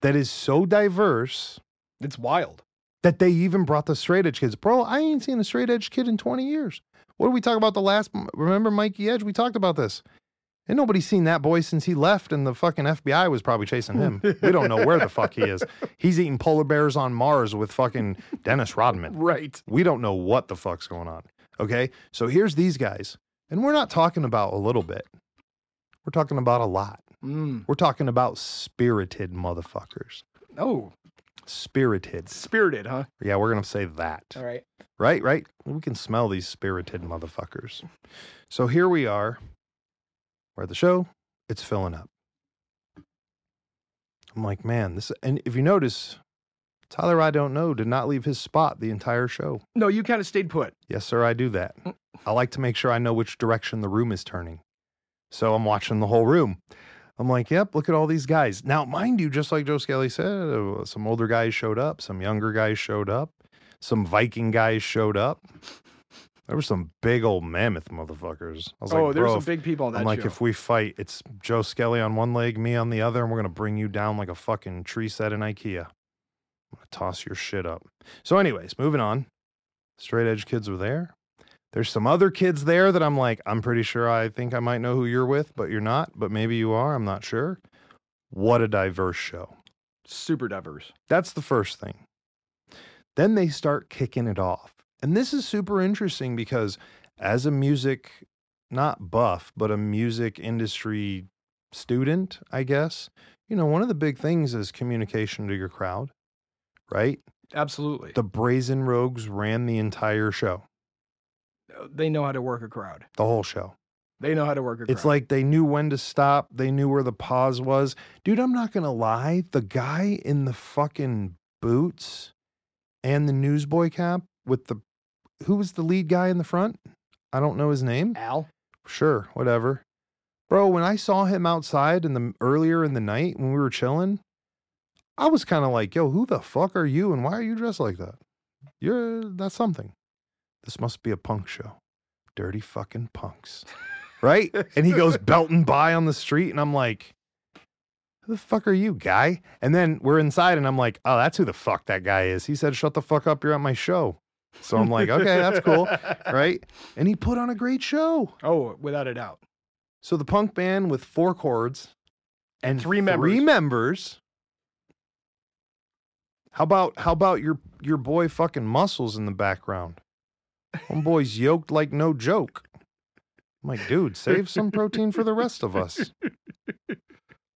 that is so diverse
<laughs> it's wild.
that they even brought the straight edge kids bro i ain't seen a straight edge kid in 20 years what did we talk about the last remember mikey edge we talked about this and nobody's seen that boy since he left and the fucking fbi was probably chasing him we don't know where the fuck he is he's eating polar bears on mars with fucking dennis rodman
Right.
we don't know what the fuck's going on. Okay. So here's these guys. And we're not talking about a little bit, we're talking about a lot.
Mm.
We're talking about spirited motherfuckers.
Oh,
Spirited.
spirited, huh?
Yeah, we're going to say that.
All right.
Right, right. We can smell these spirited motherfuckers. So here we are. We're at the show. It's filling up. I'm like, man, this. And if you notice, Tyler, I don't know, did not leave his spot the entire show.
No, you kind of stayed put.
Yes, sir, I do that.
Mm.
I like to make sure I know which direction the room is turning. So I'm watching the whole room. I'm like, yep, look at all these guys. Now, mind you, just like Joe Skelly said, uh, some older guys showed up, some younger guys showed up, some Viking guys showed up. There were some big old mammoth motherfuckers. I was
oh,
like,
there's
bro,
some
if-
big people on that
I'm like,
show.
if we fight, it's Joe Skelly on one leg, me on the other, and we're gonna bring you down like a fucking tree set in IKEA. I'm gonna toss your shit up. So, anyways, moving on. Straight edge kids were there. There's some other kids there that I'm like, I'm pretty sure I think I might know who you're with, but you're not. But maybe you are. I'm not sure. What a diverse show.
Super diverse.
That's the first thing. Then they start kicking it off. And this is super interesting because, as a music, not buff, but a music industry student, I guess, you know, one of the big things is communication to your crowd, right?
Absolutely.
The Brazen Rogues ran the entire show,
they know how to work a crowd.
the whole show.
They know how to work a crowd.
It's like they knew when to stop. They knew where the pause was. Dude, I'm not going to lie. The guy in the fucking boots and the newsboy cap with the. Who was the lead guy in the front? I don't know his name.
Al.
Sure, whatever. Bro, when I saw him outside in the earlier in the night when we were chilling, I was kind of like, yo, who the fuck are you and why are you dressed like that? You're that's something. This must be a punk show. Dirty fucking punks. Right? and he goes belting by on the street and I'm like, who the fuck are you, guy? And then we're inside and I'm like, oh, that's who the fuck that guy is. He said, shut the fuck up, you're at my show. So I'm like,
<laughs>
okay, that's cool. Right? And he put on a great show.
Oh, without a doubt.
So the punk band with four chords and
Three members.
Three members. How about how about your your boy fucking muscles in the background? One boy's yoked like no joke. I'm like, dude, save some protein for the rest of us.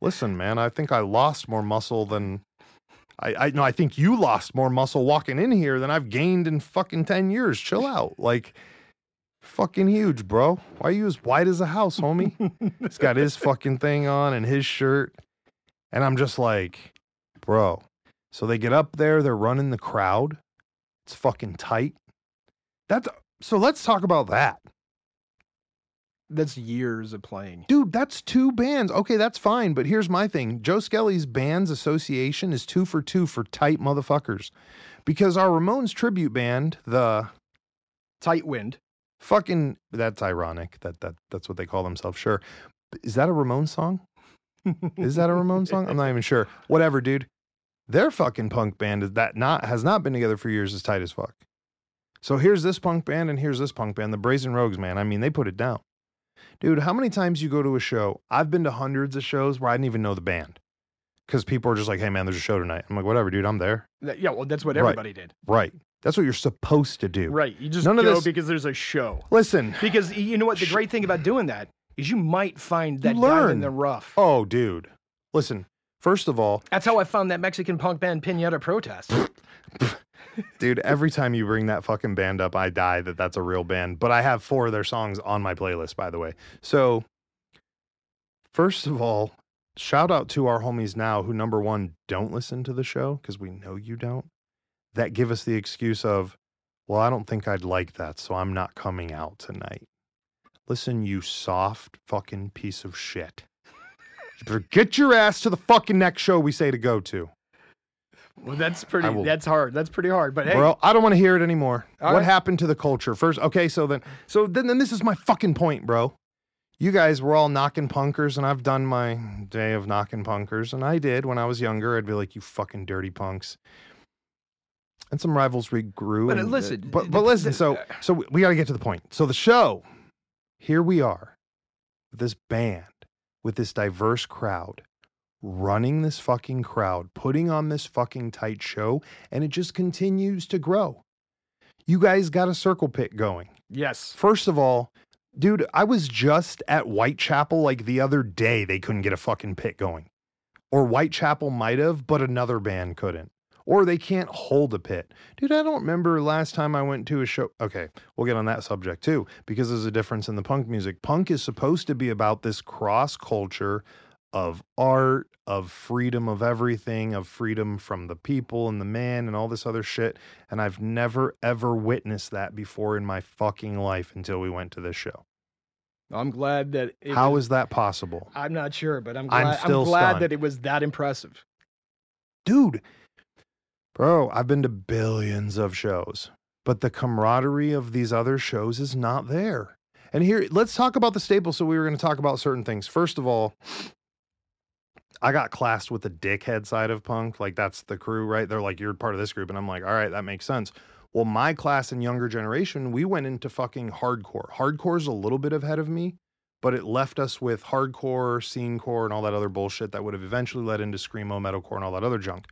Listen, man, I think I lost more muscle than I, I no, I think you lost more muscle walking in here than I've gained in fucking 10 years. Chill out. Like fucking huge, bro. Why are you as wide as a house, homie? He's got his fucking thing on and his shirt. And I'm just like, bro. So they get up there, they're running the crowd. It's fucking tight. That's so let's talk about that.
That's years of playing.
Dude, that's two bands. Okay, that's fine. But here's my thing Joe Skelly's Bands Association is two for two for tight motherfuckers. Because our Ramones tribute band, the
Tight wind.
fucking, that's ironic that, that that's what they call themselves, sure. Is that a Ramones song? Is that a Ramones song? I'm not even sure. Whatever, dude. Their fucking punk band is that not has not been together for years is tight as fuck. So here's this punk band and here's this punk band, the Brazen Rogues, man. I mean, they put it down. Dude, how many times you go to a show? I've been to hundreds of shows where I didn't even know the band. Because people are just like, hey man, there's a show tonight. I'm like, whatever, dude, I'm there.
That- yeah, well, that's what
Right.
everybody did.
Right. That's what you're supposed to do.
Right. You just
None of
go
this-
because there's a show.
Listen.
Because y- you know what? The
Sh-
great thing about doing that is you might find that diamond
learn.
in the rough.
Oh, dude. Listen. First of all,
That's how I found that Mexican punk band Pinata
<laughs>
Protest.
Dude, every time you bring that fucking band up, I die that that's a real band. But I have four of their songs on my playlist, by the way. So, first of all, shout out to our homies now who, number one, don't listen to the show because we know you don't, that give us the excuse of, well, I don't think I'd like that. So I'm not coming out tonight. Listen, you soft fucking piece of shit. You better get your ass to the fucking next show we say to go to.
well, that's pretty.
I will-
That's hard. That's pretty hard. But hey,
Bro, I don't want to hear it anymore.
All
what
right.
happened to the culture? First, okay, so then, so then, then this is my fucking point, bro. You guys were all knocking punkers, and I've done my day of knocking punkers, and I did when I was younger. I'd be like, you fucking dirty punks. And some rivalry grew.
But, uh,
and,
listen,
but,
the-
but
the-
listen,
the-
so so we- we got to get to the point. So the show, here we are, with this band, with this diverse crowd, running this fucking crowd, putting on this fucking tight show, and it just continues to grow. You guys got a circle pit going.
Yes.
First of all, dude, I was just at Whitechapel like the other day. They couldn't get a fucking pit going. Or Whitechapel might have, but another band couldn't. Or they can't hold a pit. Dude, I don't remember last time I went to a show. Okay, we'll get on that subject too, because there's a difference in the punk music. Punk is supposed to be about this cross culture of art, of freedom of everything, of freedom from the people and the man and all this other shit. And I've never ever witnessed that before in my fucking life until we went to this show.
I'm glad that. It
How
was,
is that possible?
I'm not sure, but I'm
I'm
glad. I'm,
still
glad
stunned.
that it was that impressive.
Dude, bro, I've been to billions of shows, but the camaraderie of these other shows is not there. And here, let's talk about the staples. So we were going to talk about certain things. First of all, I got classed with the dickhead side of punk. Like that's the crew, right? They're like, you're part of this group. And I'm like, all right, that makes sense. Well, my class and younger generation, we went into fucking hardcore. Hardcore's a little bit ahead of me, but it left us with hardcore, scene core, and all that other bullshit that would have eventually led into screamo, metalcore, and all that other junk.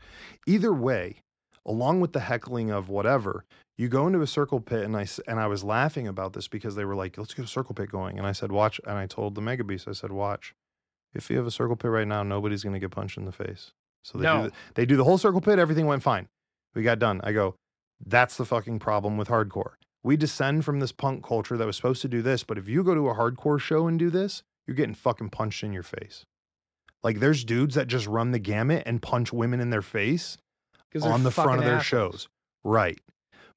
Either way, along with the heckling of whatever, you go into a circle pit, and I s- and I was laughing about this because they were like, "Let's get a circle pit going," and I said, "Watch," and I told the mega beast, I said, "Watch, if you have a circle pit right now, nobody's gonna get punched in the face." So they
No.
do the, they do the whole circle pit. Everything went fine. We got done. I go, "That's the fucking problem with hardcore." We descend from this punk culture that was supposed to do this, but if you go to a hardcore show and do this, you're getting fucking punched in your face. Like there's dudes that just run the gamut and punch women in their face
Because
on the front of their shows. Right.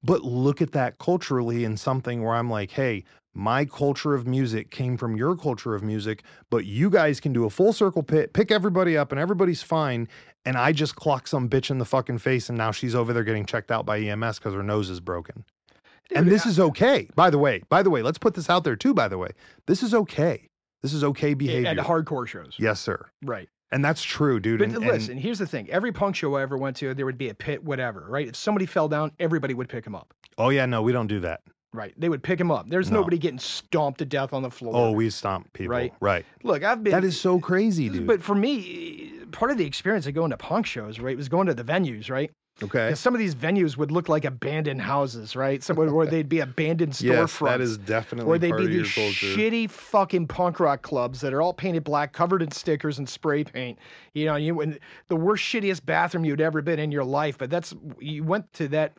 But look at that culturally in something where I'm like, hey, my culture of music came from your culture of music, but you guys can do a full circle pit, pick everybody up, and everybody's fine. And I just clock some bitch in the fucking face, and now she's over there getting checked out by E EMS because her nose is broken. and this is okay, by the way. By the way, let's put this out there too, by the way. This is okay. This is okay behavior.
at hardcore shows.
yes, sir.
Right.
And that's true, dude.
But
and, and-
listen, here's the thing: every punk show I ever went to, there would be a pit, whatever. Right? If somebody fell down, everybody would pick him up.
oh, yeah, no, we don't do that.
Right? They would pick him up. There's
No.
nobody getting stomped to death on the floor.
Oh, we stomp people.
Right.
right.
look, I've been.
That is so crazy, dude.
But for me, part of the experience of going to punk shows, right, was going to the venues, right?
okay.
'Cause some of these venues would look like abandoned houses, right? Somewhere where they'd be abandoned storefronts.
definitely
or they'd be these shitty fucking punk rock clubs that are all painted black, covered in stickers and spray paint. You know, you and the worst, shittiest bathroom you'd ever been in your life. But that's you went to that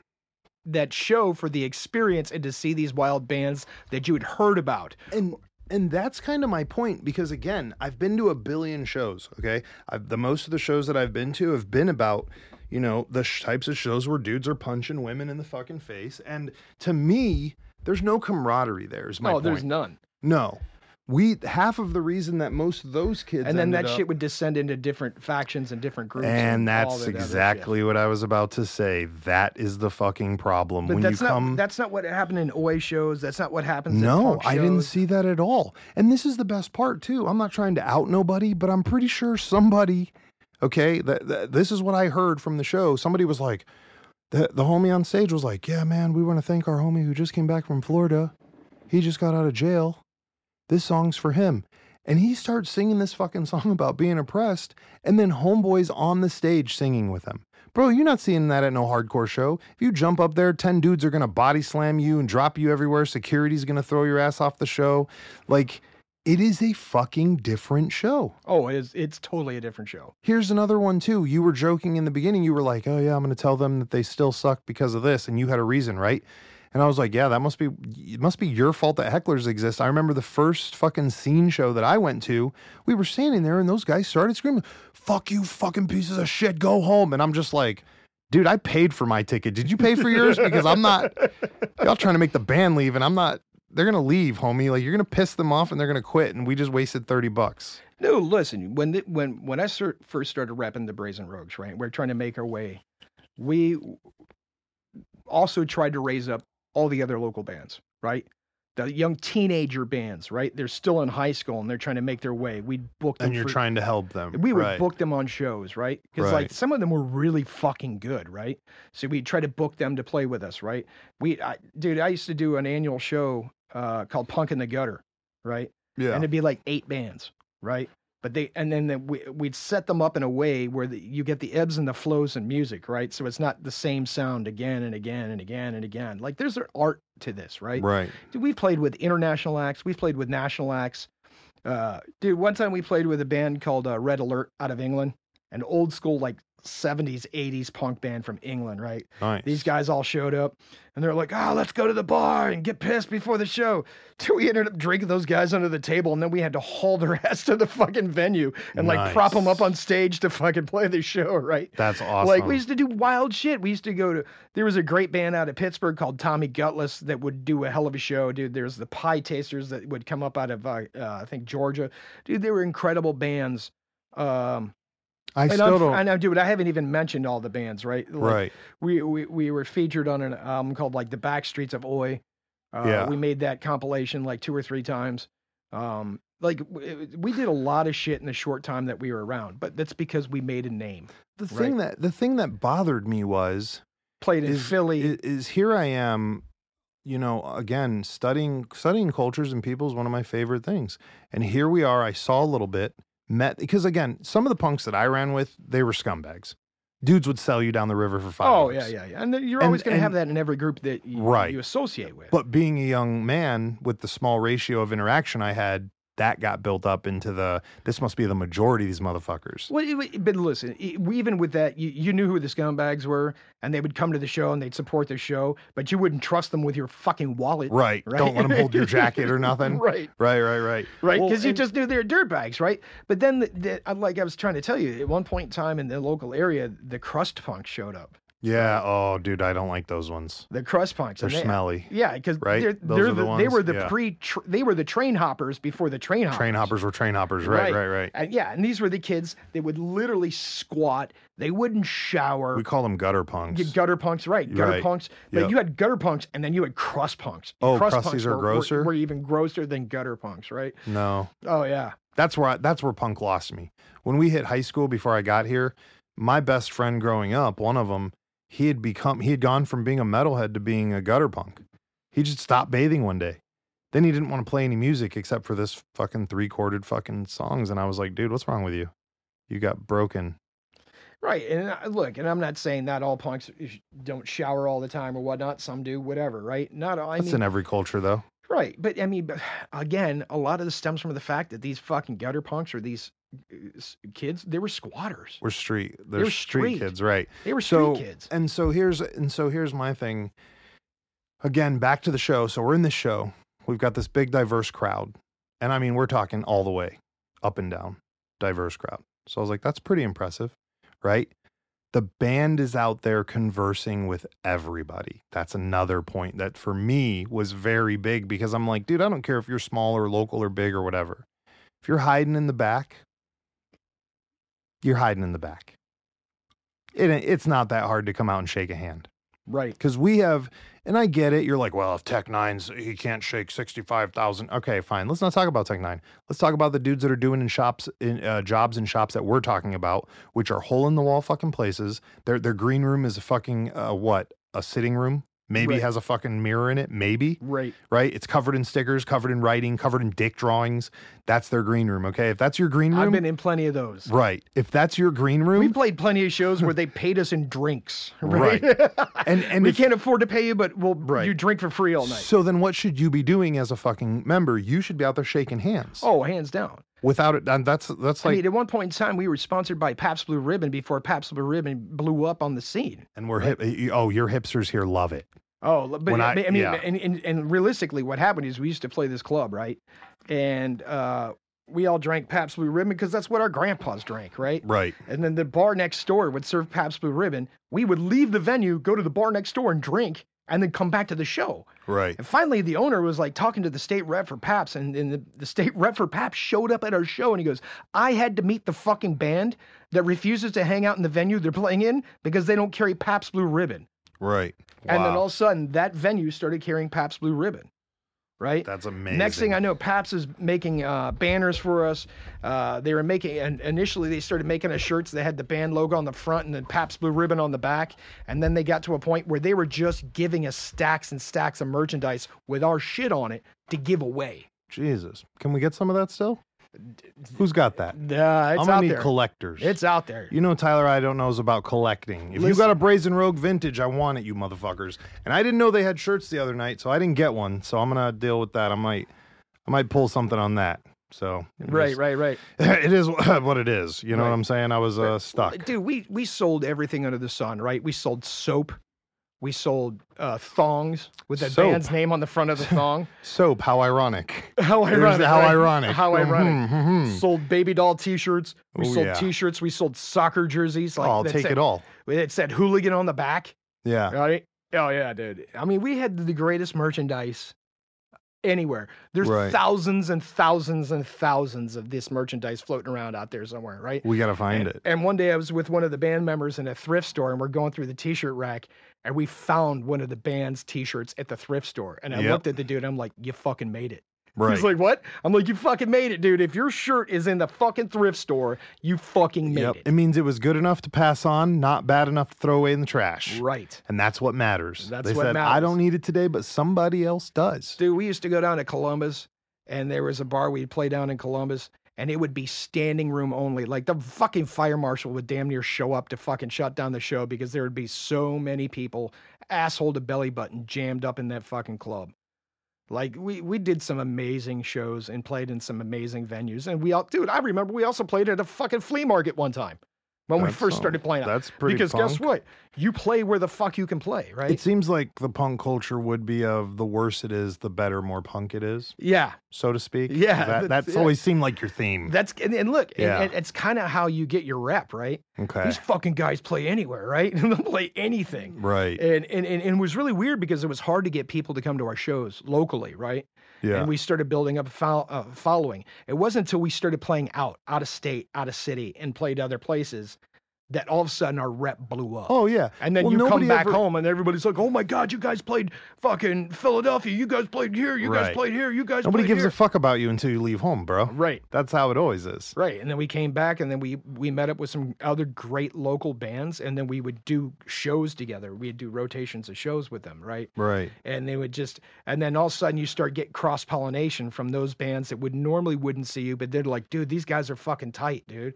that show for the experience and to see these wild bands that you had heard about.
And and that's kind of my point because again, I've been to a billion shows. Okay, I've, the most of the shows that I've been to have been about you know the sh- types of shows where dudes are punching women in the fucking face, and to me, there's no camaraderie there. Is my
oh,
point.
there's none.
no. We half of the reason that most of those kids
and then
ended
that
up-
shit would descend into different factions and different groups.
And
all
that's
that other shit.
exactly what I was about to say. That is the fucking problem.
But
when
that's
you
not
come,
that's not what happened in Oi shows. That's not what happens. in
No,
punk
I didn't
shows.
see that at all. And this is the best part too. I'm not trying to out nobody, but I'm pretty sure somebody, okay, that, that this is what I heard from the show. Somebody was like, the, the homie on stage was like, "Yeah, man, we want to thank our homie who just came back from Florida. He just got out of jail. This song's for him." And he starts singing this fucking <laughs> song about being oppressed, and then homeboys on the stage singing with him. Bro, you're not seeing that at no hardcore show. If you jump up there, 10 dudes are going to body slam you and drop you everywhere. Security's going to throw your ass off the show. Like, it is a fucking different show.
Oh, it's it's totally a different show.
Here's another one, too. You were joking in the beginning. You were like, oh, yeah, I'm going to tell them that they still suck because of this. And you had a reason, right? And I was like, yeah, that must be, it must be your fault that hecklers exist. I remember the first fucking scene show that I went to, we were standing there and those guys started screaming, fuck you fucking pieces of shit, go home. And I'm just like, dude, I paid for my ticket. Did you pay for yours? Because I'm not, y'all trying to make the band leave and I'm not, they're going to leave, homie. Like, you're going to piss them off and they're going to quit. And we just wasted 30 bucks.
No, listen. When the, when when I cer- first started repping the Brazen Rogues, right, we're trying to make our way. We also tried to raise up all the other local bands, right? The young teenager bands, right? They're still in high school and they're trying to make their way. We booked them
And you're
for-
trying to help them.
We would
right.
book them on shows, right? Because
Right.
like some of them were really fucking good, right? So we'd try to book them to play with us, right? We, I, dude, I used to do an annual show uh, called Punk in the Gutter, right?
Yeah.
And it'd be like eight bands, right? But they and then the, we, we'd set them up in a way where the, you get the ebbs and the flows in music, right? So it's not the same sound again and again and again and again. Like there's an art to this, right?
Right.
Dude, we've played with international acts. We've played with national acts. Uh, dude, one time we played with a band called uh, Red Alert out of England, an old school like 70s, 80s punk band from England, right?
Nice.
These guys all showed up and they're like, oh, let's go to the bar and get pissed before the show. <laughs> Dude, we ended up drinking those guys under the table and then we had to haul their ass to the <laughs> fucking venue and like prop them
Nice.
up on stage to fucking play the show, right?
<laughs> That's awesome.
Like we used to do wild shit. We used to go to there was a great band out of Pittsburgh called Tommy Gutless that would do a hell of a show, dude. There's the Pie Tasters that would come up out of uh, uh, I think Georgia, dude. They were incredible bands. Um,
I
and
still
I'm,
don't.
and I'm- dude, I haven't even mentioned all the bands, right? Like,
right.
We, we we were featured on an album called like the Backstreets of Oi. Uh,
Yeah.
We made that compilation like two or three times. Um, like we, we did a lot of shit in the short time that we were around, but that's because we made a name.
The thing that the thing that bothered me was
Played in
is,
Philly.
i- is here I am, you know, again studying studying cultures and people is one of my favorite things. And here we are. I saw a little bit met because again, some of the punks that I ran with, they were scumbags. Dudes would sell you down the river for five.
Oh
bucks.
yeah, yeah, yeah. And then you're
And-
always going to have
and-
that in every group that you,
Right.
you associate with.
But being a young man with the small ratio of interaction I had, that got built up into the this must be the majority of these motherfuckers.
Well, it- it- but listen, e- we- even with that, you, you knew who the scumbags were, and they would come to the show and they'd support the show, but you wouldn't trust them with your fucking wallet.
Right.
<laughs> Right.
Don't let them hold your jacket
<laughs>
or nothing.
Right.
Right, right, right.
Right,
Well,
because you
and-
just knew they were dirtbags, right? But then, the, the, I- like I was trying to tell you, at one point in time in the local area, the crust punk showed up.
Yeah. Oh, dude, I don't like those ones.
The crust punks,
They're
and they-
smelly.
Yeah, because
right?
they're,
Those
they're
are the
the, they
ones,
were the
yeah.
pre, tr- they were the train hoppers before the train hoppers.
Train hoppers were train hoppers. Right,
Right.
right, right.
And yeah, and these were the kids. They would literally squat. They wouldn't shower.
We call them gutter punks.
You gutter punks, right? Gutter
Right.
punks. But
Yep.
you had gutter punks, and then you had crust punks.
Oh,
crust
crusties are
were- were-
grosser?
Were, even grosser than gutter punks, right?
no,
Oh yeah.
that's where I, that's where punk lost me. When we hit high school before I got here, my best friend growing up, one of them, he had become he had gone from being a metalhead to being a gutter punk. He just stopped bathing one day. Then he didn't want to play any music except for this fucking three chorded fucking songs, and I was like, dude, what's wrong with you? You got broken.
Right, and I- look, and I'm not saying not all punks sh- don't shower all the time or whatnot. Some do, whatever, right? Not all. I
That's
mean,
in every culture though.
right, but I mean, but <sighs> again, a lot of this stems from the fact that these fucking gutter punks or these uh, s- kids, they were squatters.
We're street. They're,
were
street
street.
kids, right?
They were street
so
kids.
and so here's and so here's my thing again back to the show so we're in this show we've got this big diverse crowd and i mean we're talking all the way up and down diverse crowd so i was like that's pretty impressive right the band is out there conversing with everybody that's another point that for me was very big because i'm like dude i don't care if you're small or local or big or whatever if you're hiding in the back you're hiding in the back it, it's not that hard to come out and shake a hand
Right.
because we have, and I get it. You're like, well, if Tech Nine's he can't shake sixty five thousand. Okay, fine. Let's not talk about Tech Nine. Let's talk about the dudes that are doing in shops, in uh, jobs in shops that we're talking about, which are hole in the wall fucking places. Their their green room is a fucking uh, what a sitting room. Maybe
Right.
has a fucking mirror in it. Maybe
Right.
right. It's covered in stickers, covered in writing, covered in dick drawings. That's their green room. Okay, if that's your green room,
I've been in plenty of those.
right. If that's your green room,
We played plenty of shows where they paid us in drinks, <laughs> right?
and and
we
if-
can't afford to pay you, but we'll
Right.
you drink for free all night.
So then what should you be doing as a fucking member? You should be out there shaking hands.
Oh, hands down.
Without it and that's that's like
I mean, at one point in time, we were sponsored by Pabst Blue Ribbon before Pabst Blue Ribbon blew up on the scene.
and we're hip you- oh, your hipsters here love it.
Oh, l- but
When
I,
I-
I mean,
yeah.
and, and, and realistically, what happened is we used to play this club, right? And uh, we all drank Pabst Blue Ribbon because that's what our grandpas drank, right?
Right.
And then the bar next door would serve Pabst Blue Ribbon. We would leave the venue, go to the bar next door and drink, and then come back to the show.
Right.
And finally, the owner was like talking to the state rep for PAPS, and, and the, the state <laughs> rep for PAPS showed up at our show and he goes, I had to meet the fucking band that refuses to hang out in the venue they're playing in because they don't carry PAPS Blue Ribbon.
Right.
And then
Wow.
all of a sudden, that venue started carrying PAPS Blue Ribbon, right?
that's amazing.
Next thing I know, Paps is making uh, banners for us. Uh, they were making, and initially they started making us shirts that had the band logo on the front and the Paps blue ribbon on the back. And then they got to a point where they were just giving us stacks and stacks of merchandise with our shit on it to give away.
Jesus. Can we get some of that still? Who's got that?
Nah,
I'm
it's
gonna
out
need
there.
collectors.
It's out there.
you know, Tyler, I don't know is about collecting. If you got a Brazen Rogue vintage, I want it, you motherfuckers. And I didn't know they had shirts the other night, so I didn't get one. So I'm gonna deal with that. I might, I might pull something on that. So it
Right,
is-
right, right.
<laughs> it is what it is. You know
Right.
what I'm saying? I was uh, stuck.
Dude, we we sold everything under the sun, right? We sold soap. We sold uh, thongs with that
Soap.
band's name on the front of the thong.
Soap. How ironic.
How ironic. Mm-hmm.
There's the <laughs> how
right?
ironic.
How ironic.
Mhm, mhm.
Sold baby doll T-shirts. We
Oh,
sold
yeah.
T-shirts. We sold soccer jerseys. Like
oh, I'll
that
take
said-
it all.
It said hooligan on the back,
Yeah.
right? Oh yeah, dude. I mean, we had the greatest merchandise anywhere. There's
Right.
thousands and thousands and thousands of this merchandise floating around out there somewhere, right?
We gotta find
and,
it.
and one day I was with one of the band members in a thrift store, and we're going through the T-shirt rack, and we found one of the band's T-shirts at the thrift store. And I
Yep.
looked at the dude, and I'm like, "You fucking made it."
Right.
<laughs> He's like, "What?" I'm like, "You fucking made it, dude. If your shirt is in the fucking thrift store, you fucking made
Yep. It
it."
means it was good enough to pass on, not bad enough to throw away in the trash.
Right,
And that's what matters.
That's
they
what
said, I
matters.
don't need it today, but somebody else does.
dude. We used to go down to Columbus, and there was a bar we'd play down in Columbus. And it would be standing room only. Like the fucking fire marshal would damn near show up to fucking shut down the show because there would be so many people asshole to belly button jammed up in that fucking club. Like we we did some amazing shows and played in some amazing venues. And we all dude, I remember we also played at a fucking flea market one time when we
That's,
first
um,
started playing. out.
That's pretty
because guess
punk.
what? You play where the fuck you can play, right?
It seems like the punk culture would be of the worse it is, the better, more punk it is,
yeah.
so to speak.
Yeah,
That-
that's-
that's
yeah.
always seemed like your theme.
That's and, and look, and-
Yeah.
and it's kind of how you get your rep, right?
okay.
These fucking guys play anywhere, right? <laughs> They'll play anything.
Right.
And, and and and it was really weird because it was hard to get people to come to our shows locally, right?
yeah.
and we started building up a fol- uh, following. It wasn't until we started playing out, out of state, out of city, and played other places that all of a sudden our rep blew up.
oh, yeah.
and then
well,
you come
nobody
back
ever-
home and everybody's like, "Oh my God, you guys played fucking Philadelphia. You guys played here. You
Right.
guys played here. You guys
Nobody
played
gives
here."
a fuck about you until you leave home, bro.
right,
That's how it always is.
right. And then we came back and then we we met up with some other great local bands and then we would do shows together. We'd do rotations of shows with them, right?
Right.
and they would just and then all of a sudden you start getting cross pollination from those bands that would normally wouldn't see you but they're like dude these guys are fucking tight dude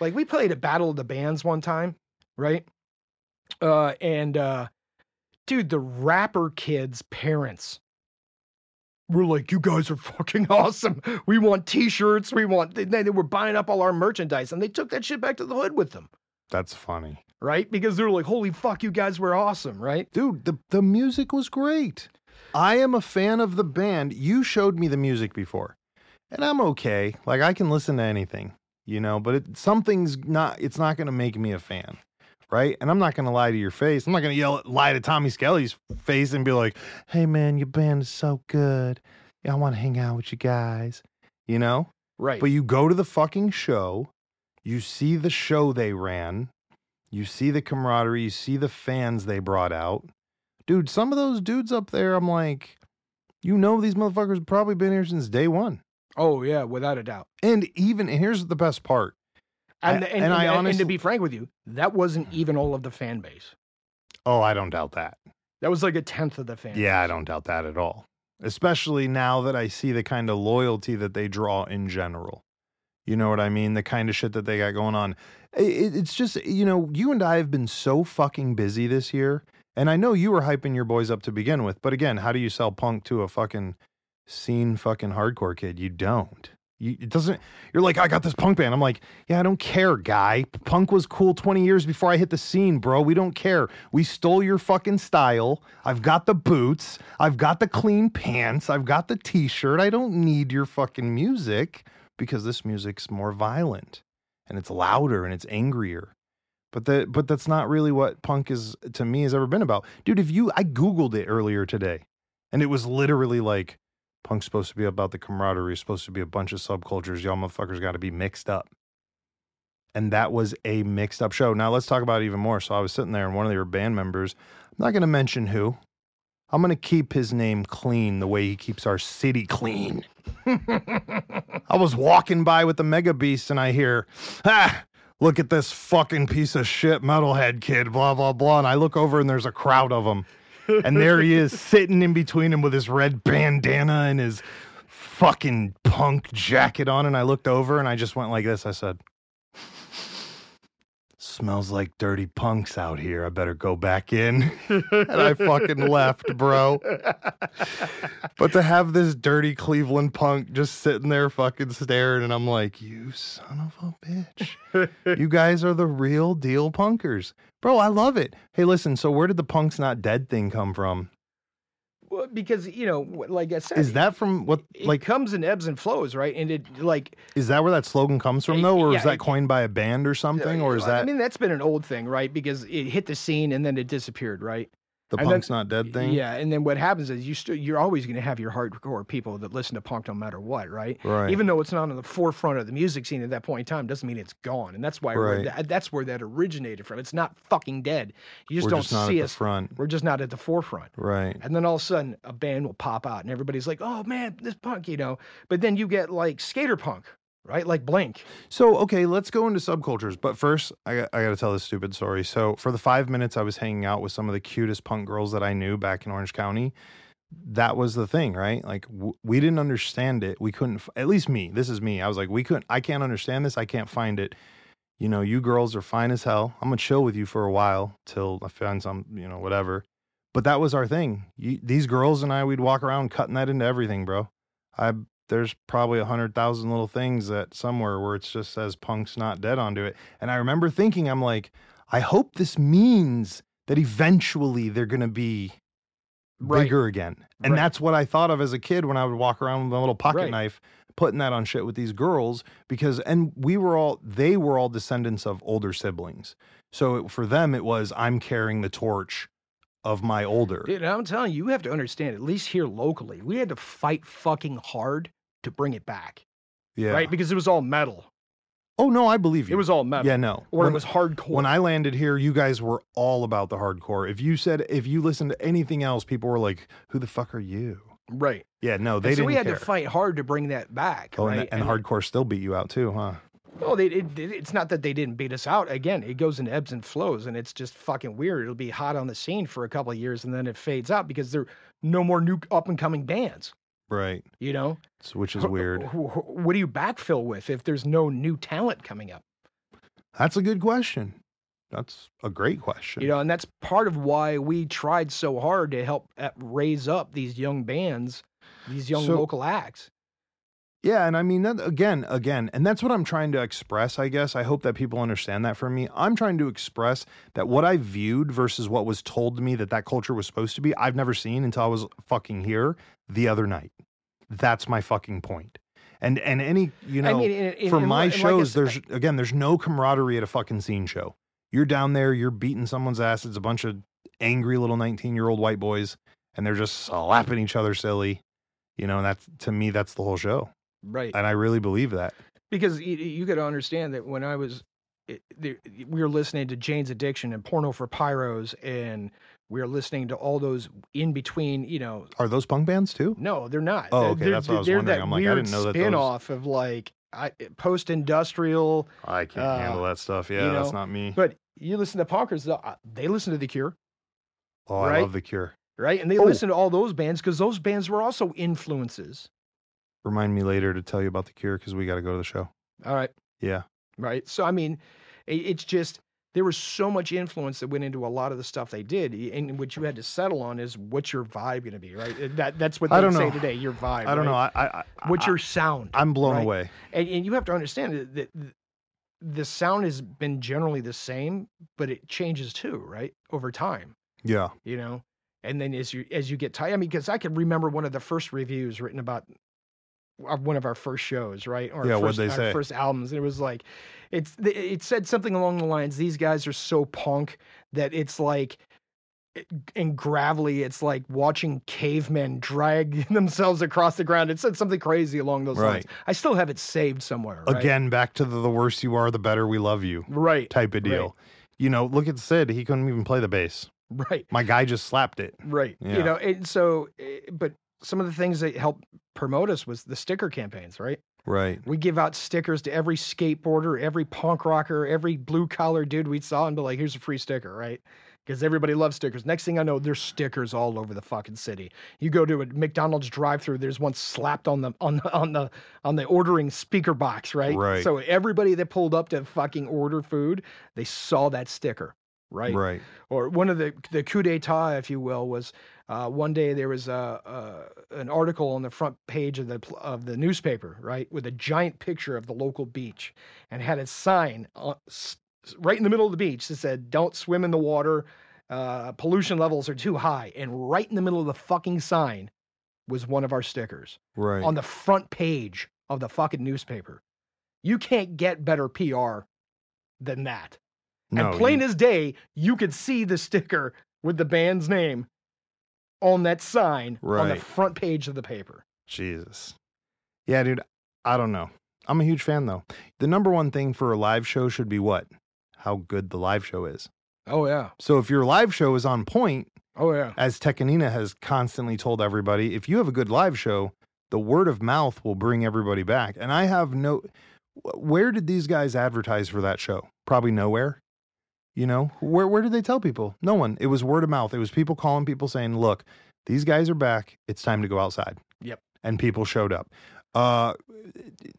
like we played a battle of the bands one time right uh and uh dude the rapper kids parents were like you guys are fucking <laughs> awesome we want t-shirts we want they, they were buying up all our merchandise and they took that shit back to the hood with them
That's funny.
right because they were like holy fuck you guys were awesome right
Dude, the, the music was great. I am a fan of the band. You showed me the music before, and I'm okay. Like, I can listen to anything, you know, but it, something's not, it's not going to make me a fan. Right. And I'm not going to lie to your face. I'm not going to yell, lie to Tommy Skelly's face and be like, hey, man, your band is so good. Yeah, I want to hang out with you guys, you know?
right
But you go to the fucking show, you see the show they ran, you see the camaraderie, you see the fans they brought out. Dude, some of those dudes up there, I'm like, you know, these motherfuckers have probably been here since day one.
oh yeah without a doubt
And even, and here's the best part
And, and,
I- and
and,
I Hmm.
and
honestly-
to be frank with you, that wasn't even all of the fan base.
oh, I don't doubt that.
That was like a tenth of the fan.
Yeah, I don't doubt that at all. Especially now that I see the kind of loyalty that they draw in general. You know what I mean? The kind of shit that they got going on. I- It, it's just, you know, you and I have been so fucking busy this year. And I know you were hyping your boys up to begin with. But again, how do you sell punk to a fucking scene fucking hardcore kid? You don't. You, it doesn't, you're like, I got this punk band. I'm like, yeah, I don't care, guy. Punk was cool 20 years before I hit the scene, bro. We don't care. We stole your fucking style. I've got the boots. I've got the clean pants. I've got the t shirt. I don't need your fucking music because this music's more violent and it's louder and it's angrier. But that but that's not really what punk is to me has ever been about. Dude, if you I Googled it earlier today and it was literally like punk's supposed to be about the camaraderie, it's supposed to be a bunch of subcultures. Y'all motherfuckers gotta be mixed up. And that was a mixed up show. Now let's talk about it even more. So I was sitting there and one of their band members, I'm not gonna mention who. I'm gonna keep his name clean the way he keeps our city clean. <laughs> I was walking by with the Mega Beast and I hear, ah, look at this fucking piece of shit metalhead kid, blah, blah, blah. And I look over and there's a crowd of them. And there he is sitting in between him with his red bandana and his fucking punk jacket on and I looked over and I just went like this. I said, Smells like dirty punks out here. I better go back in. <laughs> and I fucking left, bro. But to have this dirty Cleveland punk just sitting there fucking staring, and I'm like, you son of a bitch. you guys are the real deal punkers. Bro, I love it. Hey, listen, so where did the punks not dead thing come from?
<laughs> Well, because you know, wh- like I said,
Is that from what,
it
like,
comes and ebbs and flows, right? And it like
is that where that slogan comes from
It-
though? Or
yeah,
was that
it-
coined by a band or something? Or is
I
that
mean, that's been an old thing, right? Because it hit the scene and then it disappeared, right?
the
and then-
punks not dead thing?
Yeah, and then what happens is you still you're always going to have your hardcore people that listen to punk no matter what, right?
Right.
Even though it's not on the forefront of the music scene at that point in time, doesn't mean it's gone. And that's why
Right.
we're, that, that's where that originated from. It's not fucking dead. You just
We're
don't
just not
see
at the
us.
front.
We're just not at the forefront.
Right.
And then all of a sudden, a band will pop out, and everybody's like, "Oh man, this punk," you know. But then you get like skater punk, right? Like Blink.
So, okay, let's go into subcultures. But first, I, got- I got to tell this stupid story. So, for the five minutes I was hanging out with some of the cutest punk girls that I knew back in Orange County, that was the thing, right? Like, w- we didn't understand it. We couldn't, f- at least me, this is me. I was like, we couldn't, I can't understand this. I can't find it. You know, you girls are fine as hell. I'm going to chill with you for a while till I find some, you know, whatever. But that was our thing. You, these girls and I, we'd walk around cutting that into everything, bro. I there's probably a hundred thousand little things that somewhere where it just says punk's not dead onto it. And I remember thinking, I'm like, I hope this means that eventually they're gonna be
Right.
bigger again. And
Right.
that's what I thought of as a kid when I would walk around with a little pocket
Right.
knife putting that on shit with these girls because and we were all they were all descendants of older siblings. So it, for them it was I'm carrying the torch of my older.
Dude, I'm telling you, you have to understand. At least here locally, we had to fight fucking hard to bring it back,
yeah.
right? Because it was all metal.
Oh no, I believe you.
It was all metal.
yeah, no.
Or
When-
it was hardcore.
When I landed here, you guys were all about the hardcore. If you said, if you listened to anything else, people were like, "Who the fuck are you?"
right.
Yeah, no,
And
they
so
didn't
we had
care.
to fight hard to bring that back.
oh,
right?
and, and hardcore still beat you out too, huh?
Oh, they, it, it- it's not that they didn't beat us out. Again, it goes in ebbs and flows, and it's just fucking weird. It'll be hot on the scene for a couple of years, and then it fades out because there are no more new up and coming bands.
Right,
You know,
so, which is
Wh-
weird.
wh- wh- what do you backfill with if there's no new talent coming up?
That's a good question. That's a great question.
You know, and that's part of why we tried so hard to help uh, raise up these young bands, these young
So-
local acts.
Yeah, and I mean that again, again, and that's what I'm trying to express, I guess. I hope that people understand that from me. I'm trying to express that what I viewed versus what was told to me that that culture was supposed to be, I've never seen until I was fucking here the other night. That's my fucking point. And and any, you know,
I mean, and- and-
for
and
my
li- and like I
shows,
said-
there's again, there's no camaraderie at a fucking scene show. You're down there, you're beating someone's ass. It's a bunch of angry little 19 year old white boys, and they're just slapping each other silly. You know, and that's to me, that's the whole show.
right.
And I really believe that.
because you, you got to understand that when I was, it, there, we were listening to Jane's Addiction and Porno for Pyros, and we were listening to all those in between. You know,
Are those punk bands too?
no, they're not.
Oh,
They're-
okay,
they're,
that's what I was
they're
wondering.
That
I'm like, I
weird
didn't know that those-
spin-off of like I, post-industrial.
I can't
Uh,
handle that stuff. Yeah,
you
that's
know,
not me.
But you listen to punkers, they'll- uh, they listen to The Cure,
Oh, I
right?
love The Cure.
right? And they
Oh.
listen to all those bands because those bands were also influences.
Remind me later to tell you about The Cure because we got to go to the show.
All right.
Yeah.
right? So I mean, it, it's just there was so much influence that went into a lot of the stuff they did, y- and what you had to settle on is what's your vibe going to be, right? Uh, That that's what
I
they
don't
say
know.
today, your vibe.
I don't know.
right?
I, I, I
What's
I-
your sound?
I'm blown
right?
away.
And, and you have to understand that that th- the sound has been generally the same, but it changes too, right? Over time,
Yeah.
you know. And then as you as you get tired, I mean, because I can remember one of the first reviews written about our- one of our first shows, right? Or
Yeah,
first,
what'd they
our
say?
first albums. And it was like, it's th- it said something along the lines: these guys are so punk that it's like, it- and gravelly, it's like watching cavemen drag <laughs> themselves across the ground. It said something crazy along those lines.
Right.
I still have it saved somewhere. right?
Again, back to the, the worse you are, the better we love you
right,
type of
Right.
deal. You know, look at Sid. He couldn't even play the bass.
right.
My guy just slapped it.
Right.
Yeah.
You know, and so, eh, but some of the things that helped promote us was the sticker campaigns, right?
Right.
We give out stickers to every skateboarder, every punk rocker, every blue collar dude we saw and be like, here's a free sticker, right? because everybody loves stickers. Next thing I know, there's stickers all over the fucking city. You go to a McDonald's drive-through, there's one slapped on the on the on the on the ordering speaker box, right?
Right.
So everybody that pulled up to fucking order food, they saw that sticker, right?
Right.
Or one of the the coup d'état, if you will, was uh, one day there was a, a an article on the front page of the pl- of the newspaper, right, with a giant picture of the local beach, and had a sign on, s- s- right in the middle of the beach that said, "Don't swim in the water. Uh, pollution levels are too high." And right in the middle of the fucking sign was one of our stickers
Right.
on the front page of the fucking newspaper. You can't get better PR than that.
no,
and plain
you-
as day, you could see the sticker with the band's name on that sign on the
Right.
front page of the paper.
Jesus. Yeah, dude. I don't know. I'm a huge fan though. The number one thing for a live show should be what? How good the live show is.
Oh yeah.
So if your live show is on point,
Oh yeah.
as Tekanina has constantly told everybody, if you have a good live show, the word of mouth will bring everybody back. And I have no where did these guys advertise for that show? Probably nowhere. You know, where where did they tell people? No one. It was word of mouth. It was people calling people saying, "Look, these guys are back. It's time to go outside."
Yep.
And people showed up. Uh,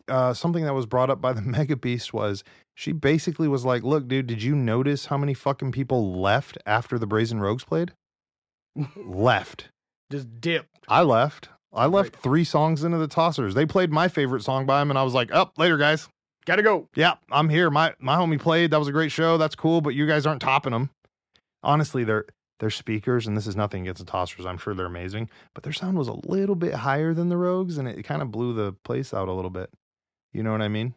uh, something that was brought up by the <laughs> Mega Beast was she basically was like, "Look, dude, did you notice how many fucking people left after the Brazen Rogues played? left.
Just dip.
I left. I left
Right.
three songs into the tossers. They played my favorite song by them, and I was like, "Up oh, later, guys.
Gotta go.
Yeah, I'm here. My my homie played. That was a great show. That's cool, but you guys aren't topping them. Honestly, they're they're speakers, and this is nothing against the tossers. I'm sure they're amazing, but their sound was a little bit higher than the Rogues, and it kind of blew the place out a little bit. You know what I mean?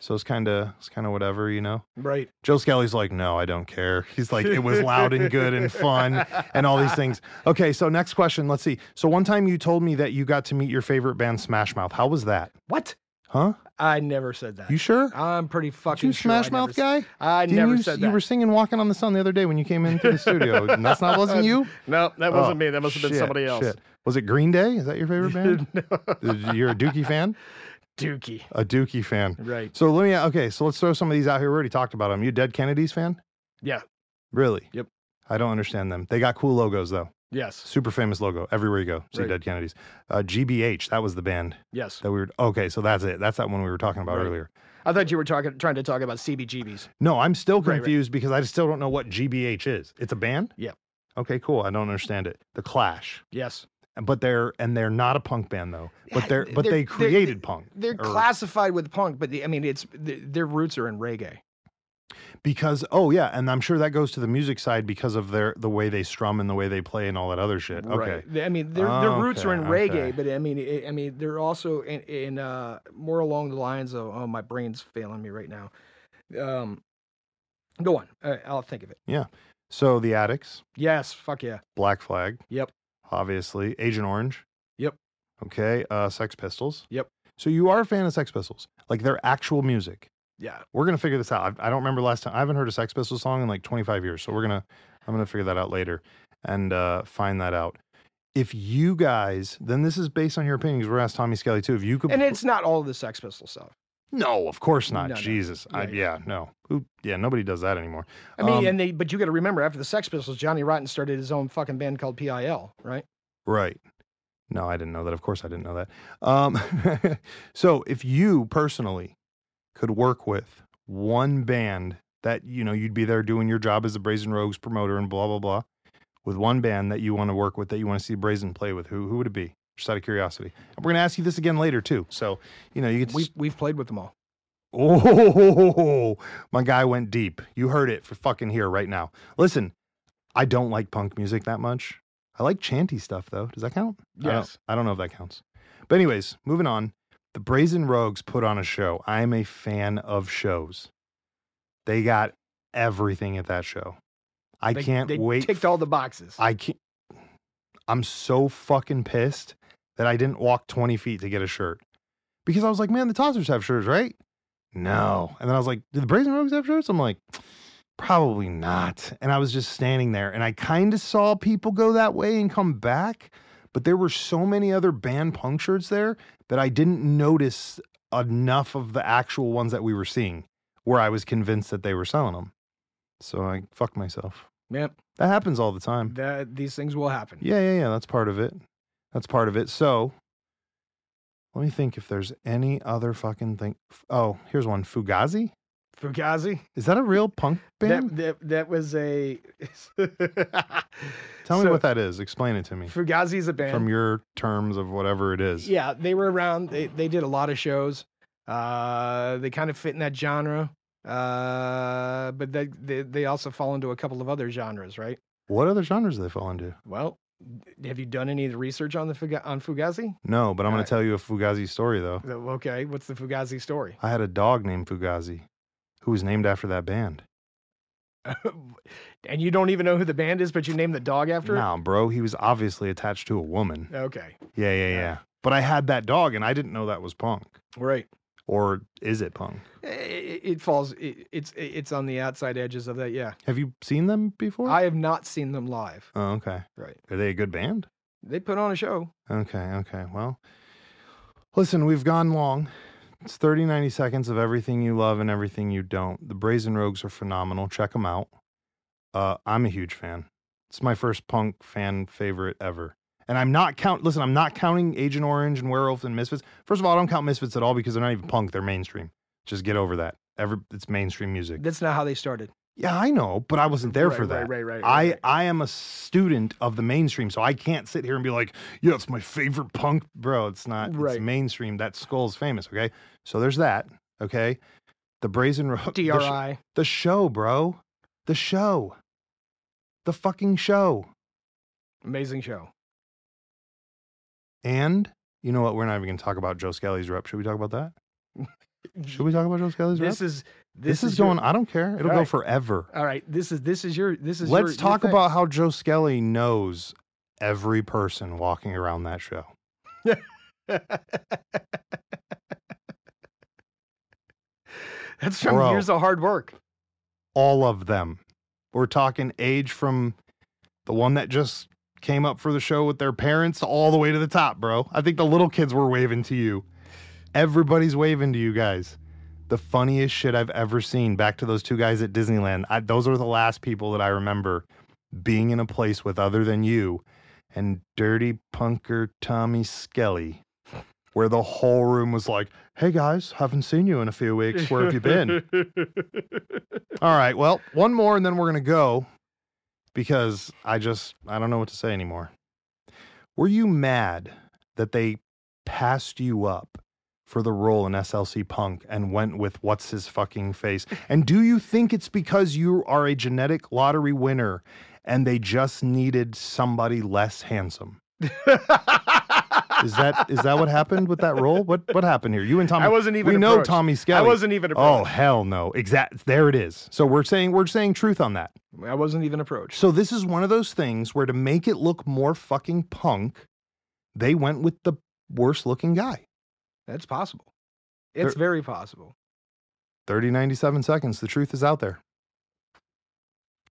So it's kind of it's kind of whatever, you know.
Right.
Joe Skelly's like, no, I don't care. <laughs> He's
<laughs>
like, it was loud and good and fun and all these things. Okay, so next question. Let's see. So one time you told me that you got to meet your favorite band, Smash Mouth. How was that?
What?
Huh?
I never said that.
You sure?
I'm pretty
Aren't
fucking
you a
sure I
Smash
never
Mouth
s-
guy?
I
Didn't
never
you,
said that.
you were singing "Walking on the Sun" the other day when you came into
<laughs>
the studio. and that's not wasn't you.
No, that
Oh,
wasn't me. That must have been
shit,
somebody else.
shit. Was it Green Day? Is that your favorite band?
<laughs>
Uh,
No.
You're a Dookie fan.
Dookie.
A Dookie fan.
Right.
So let me. Okay, so let's throw some of these out here. We already talked about them. You a Dead Kennedys fan?
Yeah.
Really?
Yep.
I don't understand them. They got cool logos though.
Yes.
Super famous logo everywhere you go. See
Right.
Dead Kennedys. Uh, GBH. That was the band
Yes.
that we were. Okay, so that's it. That's that one we were talking about
Right.
earlier.
I thought you were talking, trying to talk about CBGBs.
No, I'm still
Right, right.
confused because I still don't know what GBH is. It's a band.
Yep.
Okay, cool. I don't understand it. The Clash,
Yes.
but they're and they're not a punk band though. But they're
They're-
but they
they're-
created punk.
They're
or-
classified with punk, but the, I mean, it's th- their roots are in reggae.
because oh yeah, and I'm sure that goes to the music side because of their the way they strum and the way they play and all that other shit. Okay.
Right. They- I mean, their, their roots are in
Okay, okay.
reggae, but I mean, it, I mean, they're also in, in uh, more along the lines of oh, my brain's failing me right now. Um, go on, uh, I'll think of it.
So the Addicts,
Yes, fuck yeah,
Black Flag.
Yep.
Obviously, Agent Orange.
Yep.
Okay. Uh, Sex Pistols.
Yep.
So you are a fan of Sex Pistols, like their actual music.
yeah.
We're gonna figure this out. I've, I i do not remember last time. I haven't heard a Sex Pistols song in like 25 years, so we're gonna I'm gonna figure that out later and uh, find that out. If you guys, then this is based on your opinions. We're asked Tommy Skelly too. If you could,
And it's not all the Sex Pistols stuff.
no, of course not.
No, no.
Jesus, I,
Yeah,
yeah, no, Who, yeah, nobody does that anymore.
I mean,
Um,
and they, but you got to remember, after the Sex Pistols, Johnny Rotten started his own fucking band called PIL, right?
Right. No, I didn't know that. Of course, I didn't know that. Um, <laughs> so, if you personally could work with one band that you know you'd be there doing your job as a Brazen Rogues promoter and blah blah blah, with one band that you want to work with that you want to see Brazen play with, who who would it be? Just out of curiosity, and we're gonna ask you this again later too. So, you know, you get to
We've we've played with them all.
Oh, <laughs> my guy went deep. You heard it for fucking here right now. Listen, I don't like punk music that much. I like chanty stuff though. Does that count? I don't-
Yes.
I don't, know if that counts. But anyways, moving on. The Brazen Rogues put on a show. I am a fan of shows. They got everything at that show. I
They-
can't
they
wait.
Ticked all the boxes.
I can't. I'm so fucking pissed that I didn't walk 20 feet to get a shirt because I was like, man, the Tossers have shirts, right? No. And then I was like, do the Brazen Rogues have shirts? I'm like, probably not. And I was just standing there and I kind of saw people go that way and come back, but there were so many other band punk shirts there that I didn't notice enough of the actual ones that we were seeing where I was convinced that they were selling them. So I fucked myself.
Yep.
That happens all the time.
That these things will happen.
Um, Yeah, yeah, yeah. That's part of it. That's part of it. So let me think if there's any other fucking thing. F- Oh, here's one. Fugazi?
Fugazi.
Is that a real punk band?
That, that that was a. <laughs>
Tell me
So,
what that is. Explain it to me
Fugazi is a band.
from your terms of whatever it is.
Yeah, they were around. They they did a lot of shows. Uh, they kind of fit in that genre. Uh, but they, they they also fall into a couple of other genres, right?
What other genres do they fall into?
Well, have you done any of the research on the Fuga- on Fugazi?
No, but I'm going
Alright.
to tell you a Fugazi story, though.
The- Okay, what's the Fugazi story? <laughs>
I had a dog named Fugazi who was named after that band.
and you don't even know who the band is, but you named the dog after
Nah, bro. He was obviously attached to a woman.
it. Okay,
Yeah, yeah, yeah. But I had that dog and I didn't know that was punk.
right.
Or is it punk?
It, it, it falls. It, it's it's on the outside edges of that. Yeah,
Have you seen them before?
I have not seen them live.
oh, okay.
Right.
Are they a good band?
They put on a show.
Okay, okay. Well, listen, we've gone long. It's 30, 90 seconds of everything you love and everything you don't. The Brazen Rogues are phenomenal. Check them out. Uh, I'm a huge fan. It's my first punk fan favorite ever. And I'm not count. Listen, I'm not counting Agent Orange and Werewolf and Misfits. First of all, I don't count Misfits at all because they're not even punk. They're mainstream. Just get over that. Every it's mainstream music.
That's not how they started.
Yeah, I know, but I wasn't there
Right,
for
right,
that.
Right, right, right.
I,
right.
I am a student of the mainstream, so I can't sit here and be like, yeah, it's my favorite punk, bro. It's not.
Right.
It's mainstream. That skull's famous. Okay, so there's that. Okay, the Brazen Road,
DRI.
the, sh- the show, bro, the show, the fucking show.
Amazing show.
And you know what? We're not even going to talk about Joe Skelly's rep. Should we talk about that? Should we talk about Joe Skelly's
This
rep?
is
This,
this,
is,
your-
going. I don't care. It'll
All
go
right.
forever.
all right. This is this is your this is. your-
Let's
your
talk
thing.
about how Joe Skelly knows every person walking around that show.
<laughs> That's from
Bro.
years of hard work.
All of them. We're talking age from the one that just came up for the show with their parents to all the way to the top, bro. I think the little kids were waving to you. Everybody's waving to you guys. The funniest shit I've ever seen. Back to those two guys at Disneyland. I, those are the last people that I remember being in a place with other than you and dirty punker Tommy Skelly, where the whole room was like, hey guys, haven't seen you in a few weeks. Where have
<laughs>
you been? All right. Well, one more and then we're going to go because I just, I don't know what to say anymore. Were you mad that they passed you up for the role in SLC Punk and went with what's his fucking face? And do you think it's because you are a genetic lottery winner and they just needed somebody less handsome? Is that is that what happened with that role? What what happened here? You and Tommy.
I wasn't even.
we know
approached.
Tommy Skelly.
I wasn't even
Oh
approached.
hell no! Exact. There it is. So we're saying we're saying truth on that.
I wasn't even approached.
So this is one of those things where to make it look more fucking punk, they went with the worst looking guy.
That's possible. It's very possible.
30, 97 seconds. The truth is out there.